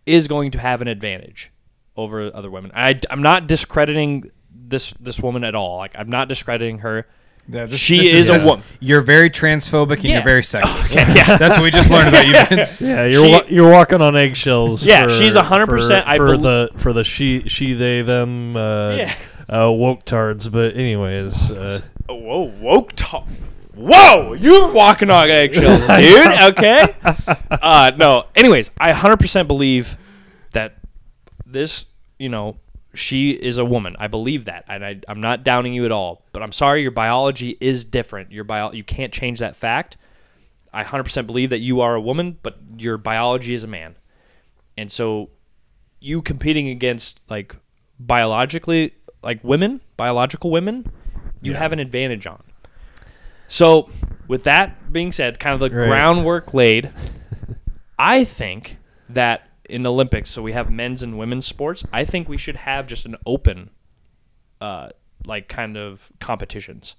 S2: is going to have an advantage over other women. I, am not discrediting this this woman at all. Like I'm not discrediting her.
S4: Yeah, this-
S2: she
S4: this
S2: is a woman.
S4: You're very transphobic and
S2: Yeah.
S4: you're very sexist.
S2: yeah.
S4: That's what we just learned about you, Vince.
S3: Yeah, you're
S2: She-
S3: wa- you're walking on eggshells.
S2: Yeah,
S3: for,
S2: she's 100%
S3: For,
S2: I
S3: for
S2: bel-
S3: the for the she she they them uh,
S2: Yeah.
S3: uh, woke tards. But anyways, uh,
S2: Oh, whoa, woke talk. Whoa, you're walking on eggshells, dude. Okay. Uh, no. Anyways, I 100% believe that this, you know, she is a woman. I believe that, and I, I'm not downing you at all. But I'm sorry, your biology is different. Your bio, you can't change that fact. I 100% believe that you are a woman, but your biology is a man, and so you competing against like biologically like women, biological women, you have an advantage on. So, with that being said, kind of the
S3: Right.
S2: groundwork laid, I think that in Olympics, so we have men's and women's sports. I think we should have just an open, uh, like kind of competitions,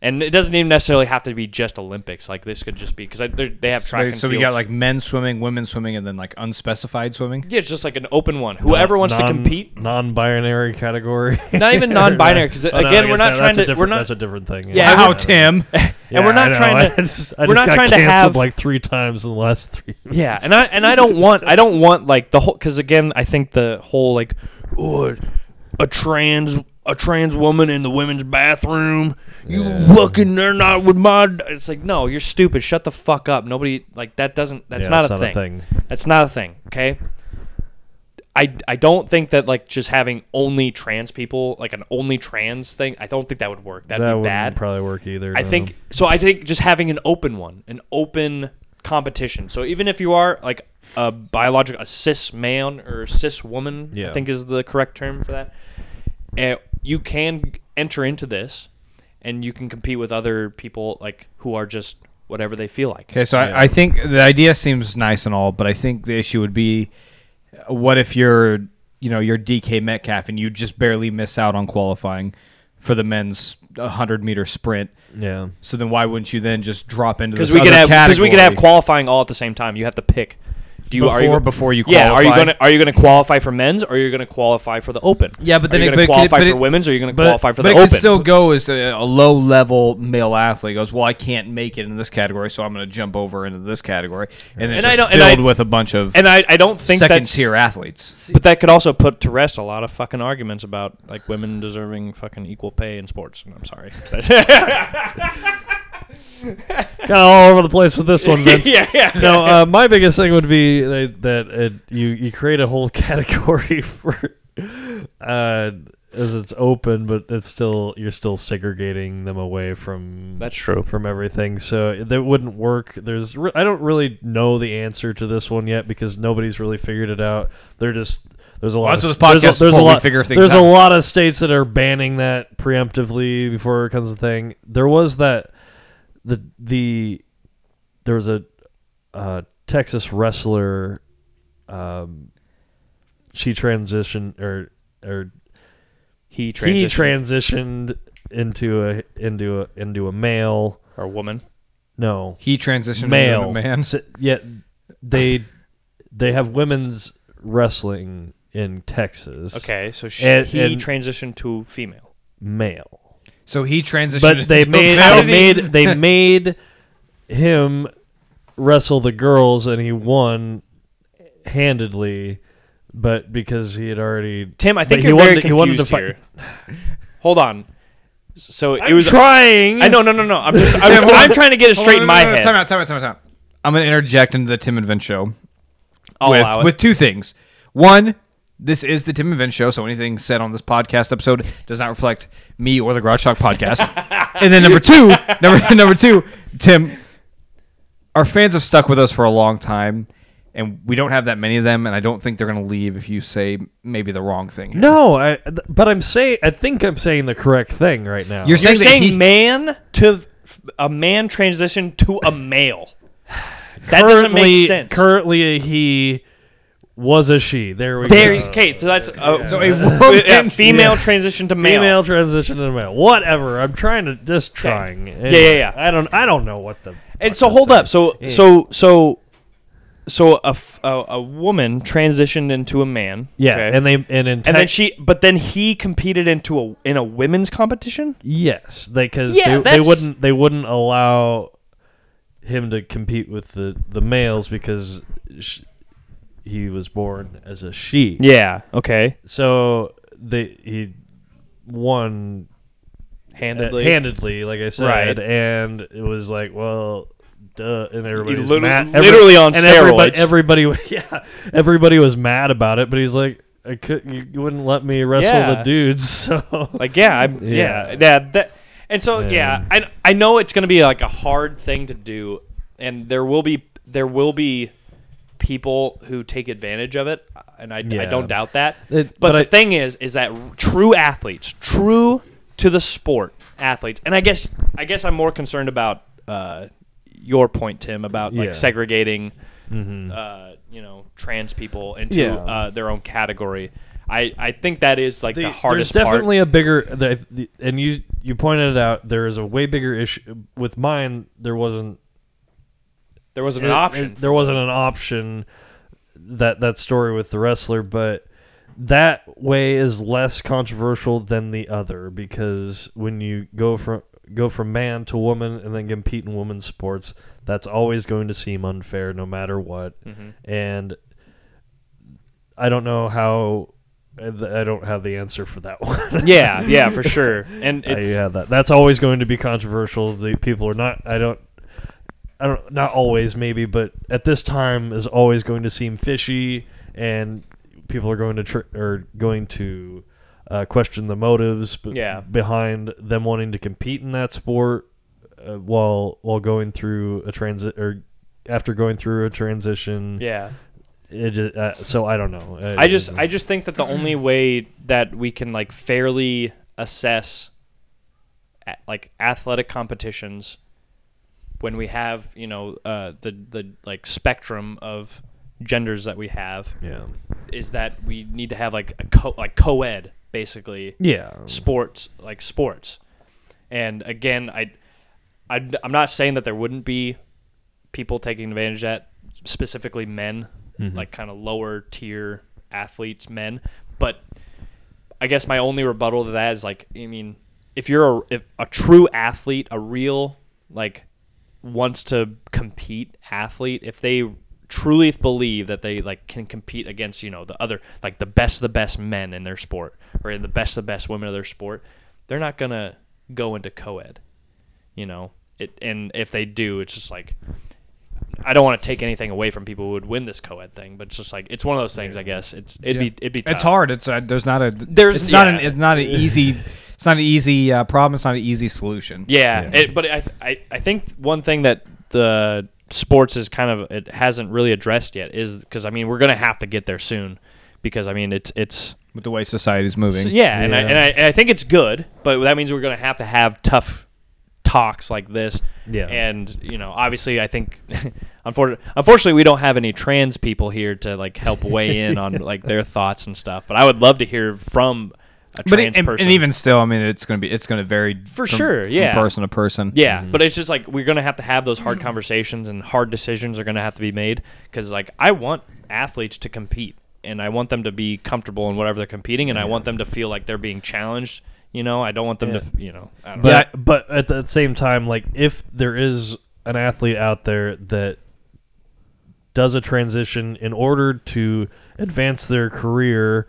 S2: and it doesn't even necessarily have to be just Olympics. Like this could just be because they have track.
S4: Right,
S2: and
S4: so we
S2: fields.
S4: got like men swimming, women swimming, and then like unspecified swimming.
S2: yeah, it's just like an open one. Whoever wants to
S3: non-
S2: compete,
S3: non-binary category.
S2: Not even non-binary, 'cause,
S3: Oh, no,
S2: again,
S3: I
S2: we're
S3: guess
S2: not
S3: that-
S2: trying
S3: that's a
S2: to-
S3: different-
S2: we're not-
S3: That's a different thing.
S2: Yeah,
S4: How, Tim?
S2: and we're
S3: Yeah, I
S2: not
S3: know.
S2: trying
S3: I
S2: to.
S3: just, I
S2: we're not
S3: just got
S2: trying to
S3: canceled
S2: have
S3: like three times in the last three.
S2: Yeah, and I and I don't want I don't want like the whole because again I think the whole like oh, a trans a trans woman in the women's bathroom you fucking they're not with my d-" it's like no you're stupid shut the fuck up nobody like that doesn't that's
S3: Yeah,
S2: not,
S3: that's
S2: a,
S3: not a
S2: thing.
S3: thing.
S2: that's not a thing okay I I don't think that like just having only trans people like an only trans thing I don't think that would work that'd
S3: that
S2: be
S3: wouldn't
S2: bad
S3: probably work either.
S2: I
S3: no.
S2: think so. I think just having an open one, an open competition. So even if you are like a biological a cis man or cis woman, I
S3: Yeah.
S2: think is the correct term for that. eh, you can enter into this, and you can compete with other people like who are just whatever they feel like.
S4: Okay, so I, I think the idea seems nice and all, but I think the issue would be, uh, what if you're, you know, you're DK Metcalf and you just barely miss out on qualifying for the men's 100 meter sprint?
S3: Yeah.
S4: So then why wouldn't you then just drop into this
S2: Because we could
S4: other
S2: have because we could have
S4: category?
S2: qualifying all at the same time. You have to pick. Do you are you
S4: Before- before you
S2: yeah are you
S4: qualify?
S2: gonna are you gonna qualify for men's or are you gonna qualify for the open?
S4: Yeah, but
S2: are
S4: then
S2: you
S4: it-
S2: gonna
S4: but it could-
S2: qualify
S4: but
S2: for
S4: it-
S2: women's or are you gonna
S3: but-
S2: qualify for
S4: but
S2: the
S4: it could
S2: open?
S4: still go as a, a low level male athlete goes. Well, I can't make it in this category, so I'm going to jump over into this category, and
S2: And
S4: it's
S2: I
S4: just
S2: don't- and I-
S4: filled with a bunch of
S2: and I, I don't think
S4: second
S2: that's
S4: tier athletes.
S2: But that could also put to rest a lot of fucking arguments about like women deserving fucking equal pay in sports. And I'm sorry.
S3: Kind of all over the place with this one, Vince.
S2: yeah, yeah.
S3: no, uh, my biggest thing would be that, that it, you you create a whole category for uh, as it's open, but it's still you're still segregating them away from
S2: That's true.
S3: from everything. So that wouldn't work. There's re- I don't really know the answer to this one yet because nobody's really figured it out. They're just there's a lot.
S4: that's
S3: of,
S4: what
S3: there's a,
S4: this podcast
S3: there's
S4: is
S3: a
S4: for, we
S3: lot.
S4: figure things
S3: there's
S4: out.
S3: a lot of states that are banning that preemptively before it comes to thing. There was that the the there was a uh, Texas wrestler. Um, she transitioned or or
S2: He
S3: he
S2: transitioned
S3: transitioned into a into a into a male.
S2: or woman.
S3: No,
S4: He transitioned
S3: male
S4: into a man.
S3: S- Yet they they have women's wrestling in Texas.
S2: Okay, so she,
S3: And-
S2: he
S3: and-
S2: transitioned to female.
S3: male.
S4: So he transitioned,
S3: But they
S4: into
S3: made
S4: a male.
S3: they made they made him wrestle the girls, and he won handedly. But because he had already
S2: Tim, I
S3: but
S2: think
S3: he
S2: you're
S3: wanted
S2: very
S3: to- he wanted
S2: confused
S3: to fight-
S2: here. Hold on. So it
S3: I'm
S2: was.
S3: trying.
S2: I no no no no. I'm just.
S4: Yeah,
S2: I'm,
S4: hold on.
S2: I'm trying to get it
S4: Hold
S2: straight
S4: on,
S2: in
S4: no,
S2: my
S4: no, no,
S2: head.
S4: Time out, time out, time out, time out. I'm going to interject into the Tim and Vince show
S2: I'll
S4: with,
S2: allow it.
S4: with two things. One, this is the Tim and Vince show, so anything said on this podcast episode does not reflect me or the Garage Talk podcast. and then number two, number number two, Tim, our fans have stuck with us for a long time, and we don't have that many of them, and I don't think they're going to leave if you say maybe the wrong thing.
S3: no, I. th- But I'm saying. I think I'm saying the correct thing right now.
S4: You're
S2: You're
S4: saying, that
S2: saying
S4: he-
S2: man to a man transitioned to a male. That doesn't
S3: currently,
S2: make sense.
S3: currently a he was a she. There we
S2: There,
S3: go.
S2: okay, so that's uh, so
S4: So a
S2: a
S4: woman-
S2: female transition to male.
S3: Female transition to male. Whatever. I'm trying to just trying.
S2: Yeah, yeah, yeah.
S3: I don't. I don't know what the.
S2: And
S3: fuck
S2: so
S3: to
S2: hold
S3: say.
S2: up. So so so so a, f- a- a woman transitioned into a man.
S3: Yeah,
S2: okay?
S3: and they and in
S2: and
S3: tech-
S2: then she, but then he competed into a in a women's competition.
S3: yes, they because
S2: Yeah,
S3: they, they
S2: that's-
S3: wouldn't they wouldn't allow him to compete with the the males because sh he was born as a she.
S2: Yeah. Okay.
S3: So they he won uh,
S2: Handedly.
S3: handedly, like I said,
S2: Right.
S3: and it was like, well, duh, and everybody
S2: You
S3: was
S2: lit-
S3: mad.
S2: literally on
S3: and everybody-
S2: steroids.
S3: Everybody, yeah, everybody was mad about it, but he's like, I could, you, you wouldn't let me wrestle
S2: Yeah.
S3: the dudes, so
S2: Like yeah, I'm, yeah,
S3: Yeah.
S2: yeah, that. And so yeah,
S3: Man.
S2: I I know it's gonna be like a hard thing to do, and there will be there will be people who take advantage of it, and I, I
S3: Yeah.
S2: don't doubt that.
S3: It-
S2: but
S3: but
S2: the
S3: I-
S2: thing is, is that true athletes, true to the sport athletes, and I guess I guess I'm more concerned about uh, your point, Tim, about like
S3: Yeah. Mm-hmm.
S2: segregating, uh, you know, trans people into
S3: Yeah.
S2: uh, their own category. I, I think that is like the,
S3: The-
S2: hardest
S3: There's
S2: part.
S3: definitely a bigger, the, the, and you you pointed it out. There is a way bigger issue with mine. There wasn't
S2: There wasn't
S3: it-
S2: an option.
S3: it- there wasn't an option that that story with the wrestler, but that way is less controversial than the other because when you go from go from man to woman and then compete in women's sports, that's always going to seem unfair no matter what.
S2: Mm-hmm.
S3: And I don't know how I don't have the answer for that one.
S2: yeah, yeah, for sure. And
S3: Uh,
S2: it's
S3: yeah, that, that's always going to be controversial. The people are not. I don't. I don't. Not always, maybe, but at this time is always going to seem fishy, and people are going to tr- are going to uh, question the motives b-
S2: Yeah.
S3: behind them wanting to compete in that sport uh, while while going through a transit or after going through a transition.
S2: yeah.
S3: It just, uh, so I don't know. Uh,
S2: I just I just think that the only way that we can like fairly assess a- like athletic competitions when we have, you know, uh, the the like spectrum of genders that we have
S3: yeah
S2: is that we need to have like a co- like co-ed basically
S3: yeah
S2: sports like sports and again I, I i'm not saying that there wouldn't be people taking advantage of that specifically men like kind of lower tier athletes men but i guess my only rebuttal to that is like i mean if you're a, if a true athlete a real like wants to compete athlete if they truly believe that they like can compete against you know the other like the best of the best men in their sport or the best of the best women of their sport they're not gonna go into co-ed you know it and if they do it's just like i don't want to take anything away from people who would win this co-ed thing but it's just like it's one of those things i guess it's it'd
S4: Yeah.
S2: be it'd be tough.
S4: It's hard. It's uh, there's not a
S2: There's-
S4: there's it's not an
S2: yeah.
S4: it's not an easy it's not an easy uh, problem. It's not an easy solution.
S2: Yeah, It, but I, th- I I think one thing that the sports is kind of it hasn't really addressed yet is because I mean we're gonna have to get there soon because I mean it's it's
S4: with the way society's moving.
S2: so, yeah, and I,
S3: Yeah.
S2: and I and I think it's good, but that means we're gonna have to have tough talks like this.
S3: Yeah.
S2: and you know obviously I think unfortunately unfortunately we don't have any trans people here to like help weigh in on like their thoughts and stuff. But I would love to hear from a
S4: but
S2: trans
S4: it, and,
S2: person
S4: and even still, I mean, it's gonna be it's gonna vary
S2: For
S4: from-
S2: sure,
S4: from
S2: yeah.
S4: person to person.
S2: Yeah,
S3: Mm-hmm.
S2: but it's just like we're gonna have to have those hard conversations and hard decisions are gonna have to be made because like I want athletes to compete and I want them to be comfortable in whatever they're competing and I want them to feel like they're being challenged. You know, I don't want them to, you know. I don't know.
S3: But but at the same time, like if there is an athlete out there that does a transition in order to advance their career,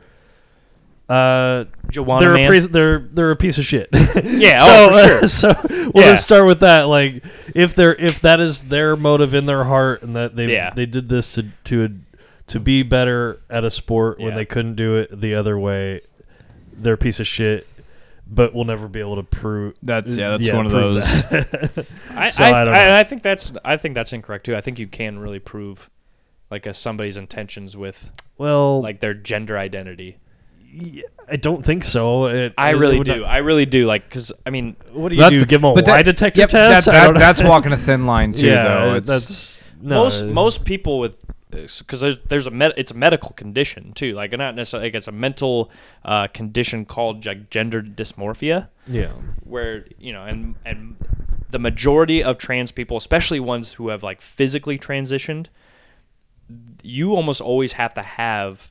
S3: uh,
S2: Joanna
S3: they're a
S2: Man?
S3: piece- they're they're a pice of shit.
S2: Yeah,
S3: so, uh,
S2: oh, for sure.
S3: so we'll
S2: Yeah.
S3: just start with that. Like if they're if that is their motive in their heart and that they
S2: Yeah.
S3: they did this to to to be better at a sport when
S2: Yeah.
S3: they couldn't do it the other way, they're a piece of shit. But we'll never be able to prove
S4: That's yeah. That's
S3: yeah,
S4: one of
S3: prove
S4: those.
S2: I,
S3: So
S2: I,
S3: I
S2: I,
S3: don't know.
S2: I think that's I think that's incorrect too. I think you can really prove like a, somebody's intentions with
S3: Well, like
S2: like their gender identity.
S3: I don't think so. It,
S2: I
S3: it
S2: really
S3: would
S2: do.
S3: not-
S2: I really do. Like, cause I mean,
S3: what do you
S4: That's-
S3: do? Give them a lie
S4: but that-
S3: detector
S4: yep,
S3: test?
S4: That,
S3: I
S4: that,
S3: don't know.
S4: that's walking a thin line too,
S3: yeah,
S4: though. It's,
S3: that's no,
S2: most
S3: it-
S2: most people with because there's there's a med- it's a medical condition too like not necessarily like it's a mental uh, condition called like gender dysmorphia
S3: Yeah,
S2: where you know and and the majority of trans people especially ones who have like physically transitioned you almost always have to have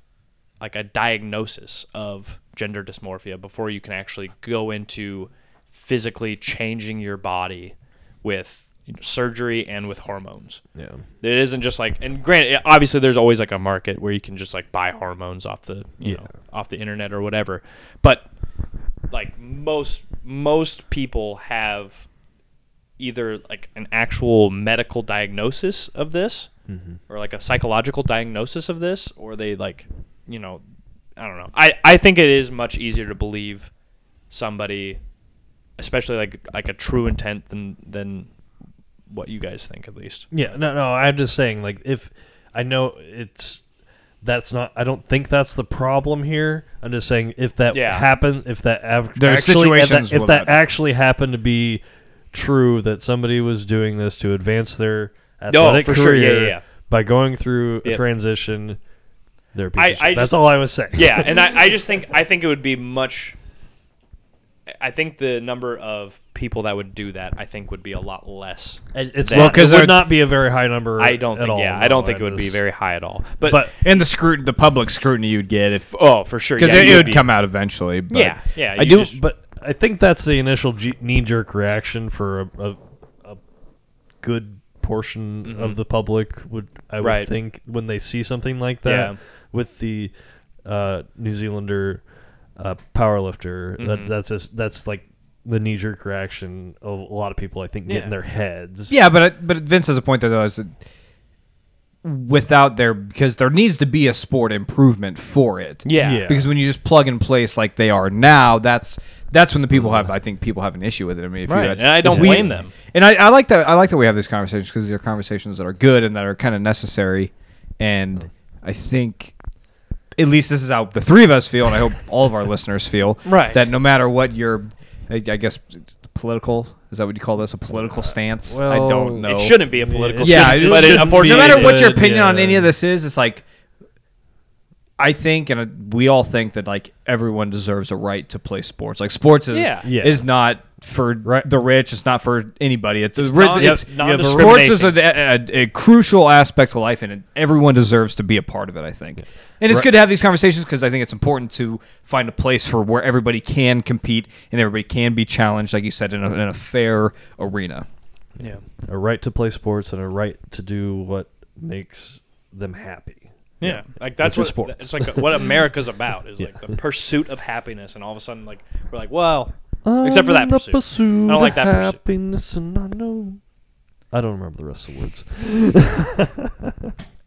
S2: like a diagnosis of gender dysmorphia before you can actually go into physically changing your body with surgery and with hormones.
S3: Yeah.
S2: It isn't just like, and granted, obviously, there's always like a market where you can just like buy hormones off the, you know, off the internet or whatever. But like most most people have either like an actual medical diagnosis of this, or like a psychological diagnosis of this, or they like, you know, I don't know. I I think it is much easier to believe somebody, especially like like a true intent than than what you guys think at least.
S3: Yeah, no, no. I'm just saying, like, if I know it's that's not, I don't think that's the problem here. I'm just saying if that
S2: Yeah.
S3: happens, if that av-
S4: There are
S3: actually, if
S4: situations
S3: that, if
S4: where
S3: that
S4: that-
S3: actually happened to be true, that somebody was doing this to advance their
S2: No,
S3: athletic
S2: for
S3: career
S2: sure, yeah, yeah, yeah.
S3: by going through a
S2: Yep.
S3: transition. They're a piece
S2: I-
S3: of shit.
S2: I
S3: that's
S2: just-
S3: all I was saying.
S2: yeah, and I, I just think I think it would be much. I think the number of people that would do that I think would be a lot less.
S3: It- it's
S2: Well,
S3: not,
S4: 'cause
S3: it would
S4: there-
S3: not be a very high number.
S2: I don't
S3: at
S2: think.
S3: all,
S2: yeah, I don't
S3: no,
S2: think it would be
S3: just-
S2: very high at all. But,
S3: But
S4: and the scrutin, the public scrutiny you'd get if
S2: oh, for sure,
S4: because
S2: yeah,
S4: it,
S2: you
S4: it would
S2: be-
S4: come out eventually. But
S2: Yeah, yeah,
S4: I
S2: you
S4: do.
S2: just-
S3: But I think that's the initial g- knee-jerk reaction for a, a, a good portion of the public would I would
S2: Mm-hmm. Right.
S3: think when they see something like that
S2: Yeah.
S3: with the uh, New Zealander uh, powerlifter.
S2: Mm-hmm.
S3: That, that's just, that's like the knee-jerk reaction of a lot of people. I think get
S2: Yeah.
S3: in their heads.
S4: Yeah, but it- but Vince has a point there though. Is that without there because there needs to be a sport improvement for it.
S2: Yeah.
S3: Yeah.
S4: Because when you just plug and place like they are now, that's that's when the people have. I think people have an issue with it. I mean, if
S2: Right,
S4: you had,
S2: and I
S4: if
S2: don't
S4: we-
S2: blame them.
S4: And I, I like that. I like that we have these conversations because they're conversations that are good and that are kind of necessary. And I think. At least this is how the three of us feel, and I hope all of our listeners feel
S2: Right.
S4: that no matter what your, I, I guess, political is that what you call this a political stance? I
S3: well,
S4: don't know
S2: it shouldn't be a political.
S3: Yeah,
S2: Yeah,
S3: it
S2: but it,
S3: shouldn't be.
S2: unfortunately,
S4: no matter
S2: it
S4: what your
S2: is.
S3: did,
S4: opinion on
S3: yeah.
S4: any of this is, it's like I think, and uh, we all think that like everyone deserves a right to play sports. Like sports is
S2: Yeah.
S3: Yeah.
S4: is not for the rich. It's not for anybody. It's, it's,
S2: non-
S4: it's,
S2: yep, non-
S4: sports is a, a, a crucial aspect to life, and it- everyone deserves to be a part of it. I think, and it's good to have these conversations because I think it's important to find a place for where everybody can compete and everybody can be challenged, like you said, in a, in a fair arena.
S2: yeah,
S3: a right to play sports and a right to do what makes them happy.
S2: yeah, like that's
S3: Which
S2: what
S3: is sports.
S2: it's like what America's about is like the pursuit of happiness, and all of a sudden, like we're like, well, except for that
S3: I'm the
S2: pursuit. I don't like that
S3: of
S2: pursuit.
S3: Happiness and I know. I don't remember the rest of the words.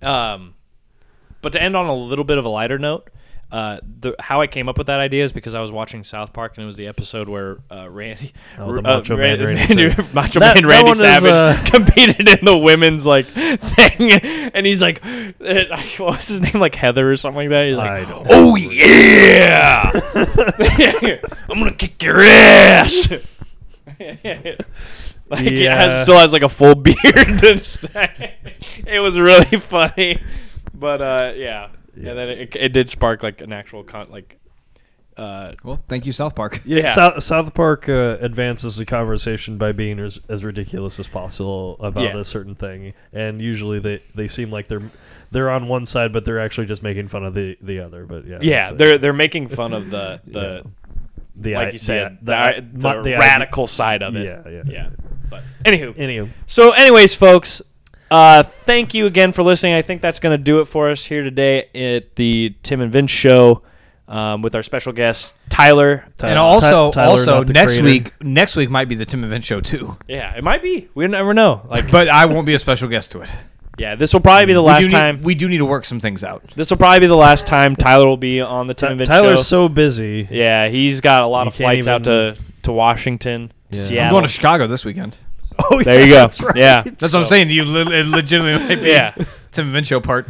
S2: Um, but to end on a little bit of a lighter note, uh, the, how I came up with that idea is because I was watching South Park, and it was the episode where uh, Randy,
S3: Oh, the
S2: uh,
S3: Macho Man
S2: Randy,
S3: Randy Savage.
S2: Macho
S3: That-
S2: Man
S3: that
S2: Randy
S3: one is,
S2: Savage
S3: uh,
S2: competed in the women's like thing, and he's like, eh, like, what was his name, like Heather or something like that. He's
S3: I
S2: like,
S3: don't
S2: oh yeah, I'm gonna kick your ass. Like it
S3: Yeah.
S2: has, still has like a full beard. and stuff. it was really funny, but uh, yeah.
S3: Yeah.
S2: And then it, it did spark like an actual con like, uh,
S4: Well, thank you, South Park.
S3: Yeah,
S2: Yeah.
S3: South, South Park uh, advances the conversation by being as, as ridiculous as possible about
S2: Yeah.
S3: a certain thing, and usually they, they seem like they're they're on one side, but they're actually just making fun of the, the other. But yeah,
S2: yeah,
S3: that's it.
S2: they're they're making fun of the the
S3: the i-
S2: like you said
S3: the,
S2: the,
S3: i-
S2: i- the,
S3: mu- the i-
S2: radical side of it.
S3: Yeah, yeah.
S2: yeah. But anywho,
S3: Anywho,
S2: So, anyways, folks, uh, thank you again for listening. I think that's going to do it for us here today at the Tim and Vince Show um, with our special guest Tyler.
S4: And
S3: Tyler-
S4: also,
S3: Ty- Tyler,
S4: also
S3: not the
S4: next
S3: creator.
S4: week, next week might be the Tim and Vince show too.
S2: Yeah, it might be. We never know. Like,
S4: But I won't be a special guest to it.
S2: yeah, this will probably be the
S4: we
S2: last
S4: do need,
S2: time.
S4: we do need to work some things out.
S2: This will probably be the last time Tyler will be on the Tim and Vince
S3: Tyler's
S2: Show.
S3: so busy.
S2: yeah, he's got a lot
S3: He
S2: of
S3: can't
S2: flights out
S3: even-
S2: to to Washington, to
S3: Yeah. I'm
S2: Seattle.
S4: I'm going to Chicago this weekend.
S3: Oh, yeah,
S2: there you go.
S3: that's right.
S2: Yeah,
S4: That's what I'm saying. You le- it legitimately might be
S2: Yeah.
S4: Tim and Vince show part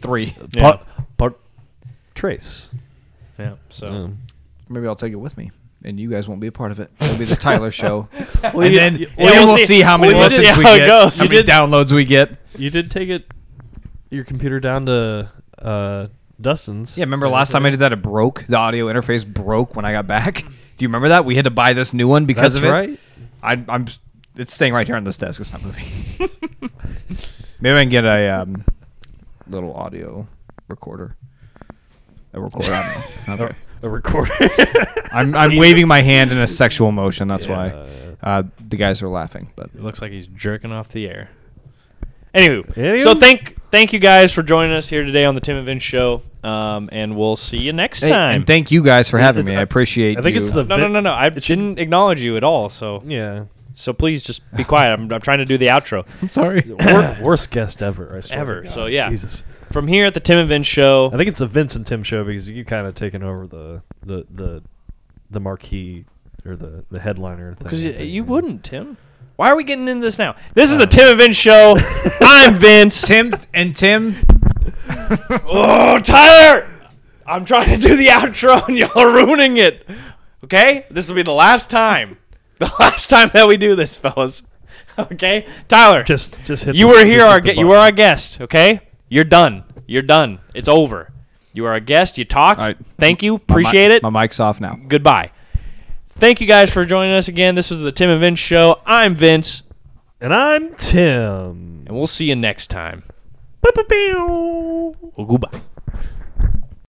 S4: three.
S2: Yeah.
S3: Part, part trace.
S2: yeah. So.
S3: Um,
S4: Maybe I'll take it with me, and you guys won't be a part of it. It'll be the Tyler show,
S3: Well,
S4: and
S3: you-
S4: then
S3: you-
S4: and
S2: well,
S4: we'll,
S2: you
S4: see how many
S2: well, you did-
S4: listens we
S2: how it
S4: get,
S2: goes.
S4: how
S2: You
S4: many
S2: did-
S4: downloads we get.
S3: You did take it, your computer down to uh, Dustin's.
S4: Yeah, remember last time I did that? It broke. The audio interface broke when I got back. Do you remember that? We had to buy this new one because
S3: That's
S4: of it.
S3: right.
S4: I, I'm. It's staying right here on this desk. It's not moving. Maybe I can get a um,
S1: little audio recorder. A recorder. I don't know.
S4: Okay.
S3: A recorder.
S4: I'm, I'm waving my hand in a sexual motion. That's
S2: Yeah.
S4: why uh, the guys are laughing. But
S2: It looks like he's jerking off the air. Anywho,
S3: Anywho.
S2: so thank thank you guys for joining us here today on the Tim and Vince show, um, and we'll see you next
S4: Hey,
S2: time.
S4: and thank you guys for having
S3: It's-
S4: me. I appreciate.
S3: I think
S4: you.
S3: it's the
S2: no, no, no, no. I didn't acknowledge you at all. So
S3: yeah
S2: so please just be quiet. I'm, I'm trying to do the outro.
S4: I'm sorry.
S3: Wor- worst guest ever. I swear to
S2: Ever,
S3: God.
S2: so yeah.
S3: Jesus.
S2: From here at the Tim and Vince show,
S3: I think it's the Vince and Tim show because you kind of taken over the the the the marquee or the the headliner thing.
S2: because
S3: I
S2: you,
S3: think.
S2: you wouldn't, Tim. Why are we getting into this now? This
S3: Uh.
S2: is the Tim and Vince show. I'm Vince.
S4: Tim and Tim.
S2: Oh, Tyler! I'm trying to do the outro and y'all are ruining it. Okay? This will be the last time. The last time that we do this, fellas. Okay? Tyler,
S3: just just hit.
S2: you
S3: the-
S2: were
S3: just
S2: here
S3: hit
S2: our
S3: the
S2: gu- you
S3: button.
S2: were our guest, okay? You're done. You're done. It's over. You are a guest. You talked.
S4: All right.
S2: Thank you.
S4: My mi-
S2: Appreciate it.
S4: My mic's off now.
S2: Goodbye. Thank you guys for joining us again. This was the Tim and Vince show. I'm Vince,
S3: and I'm Tim.
S2: and we'll see you next time.
S3: Boop, boop, boop.
S2: Goodbye.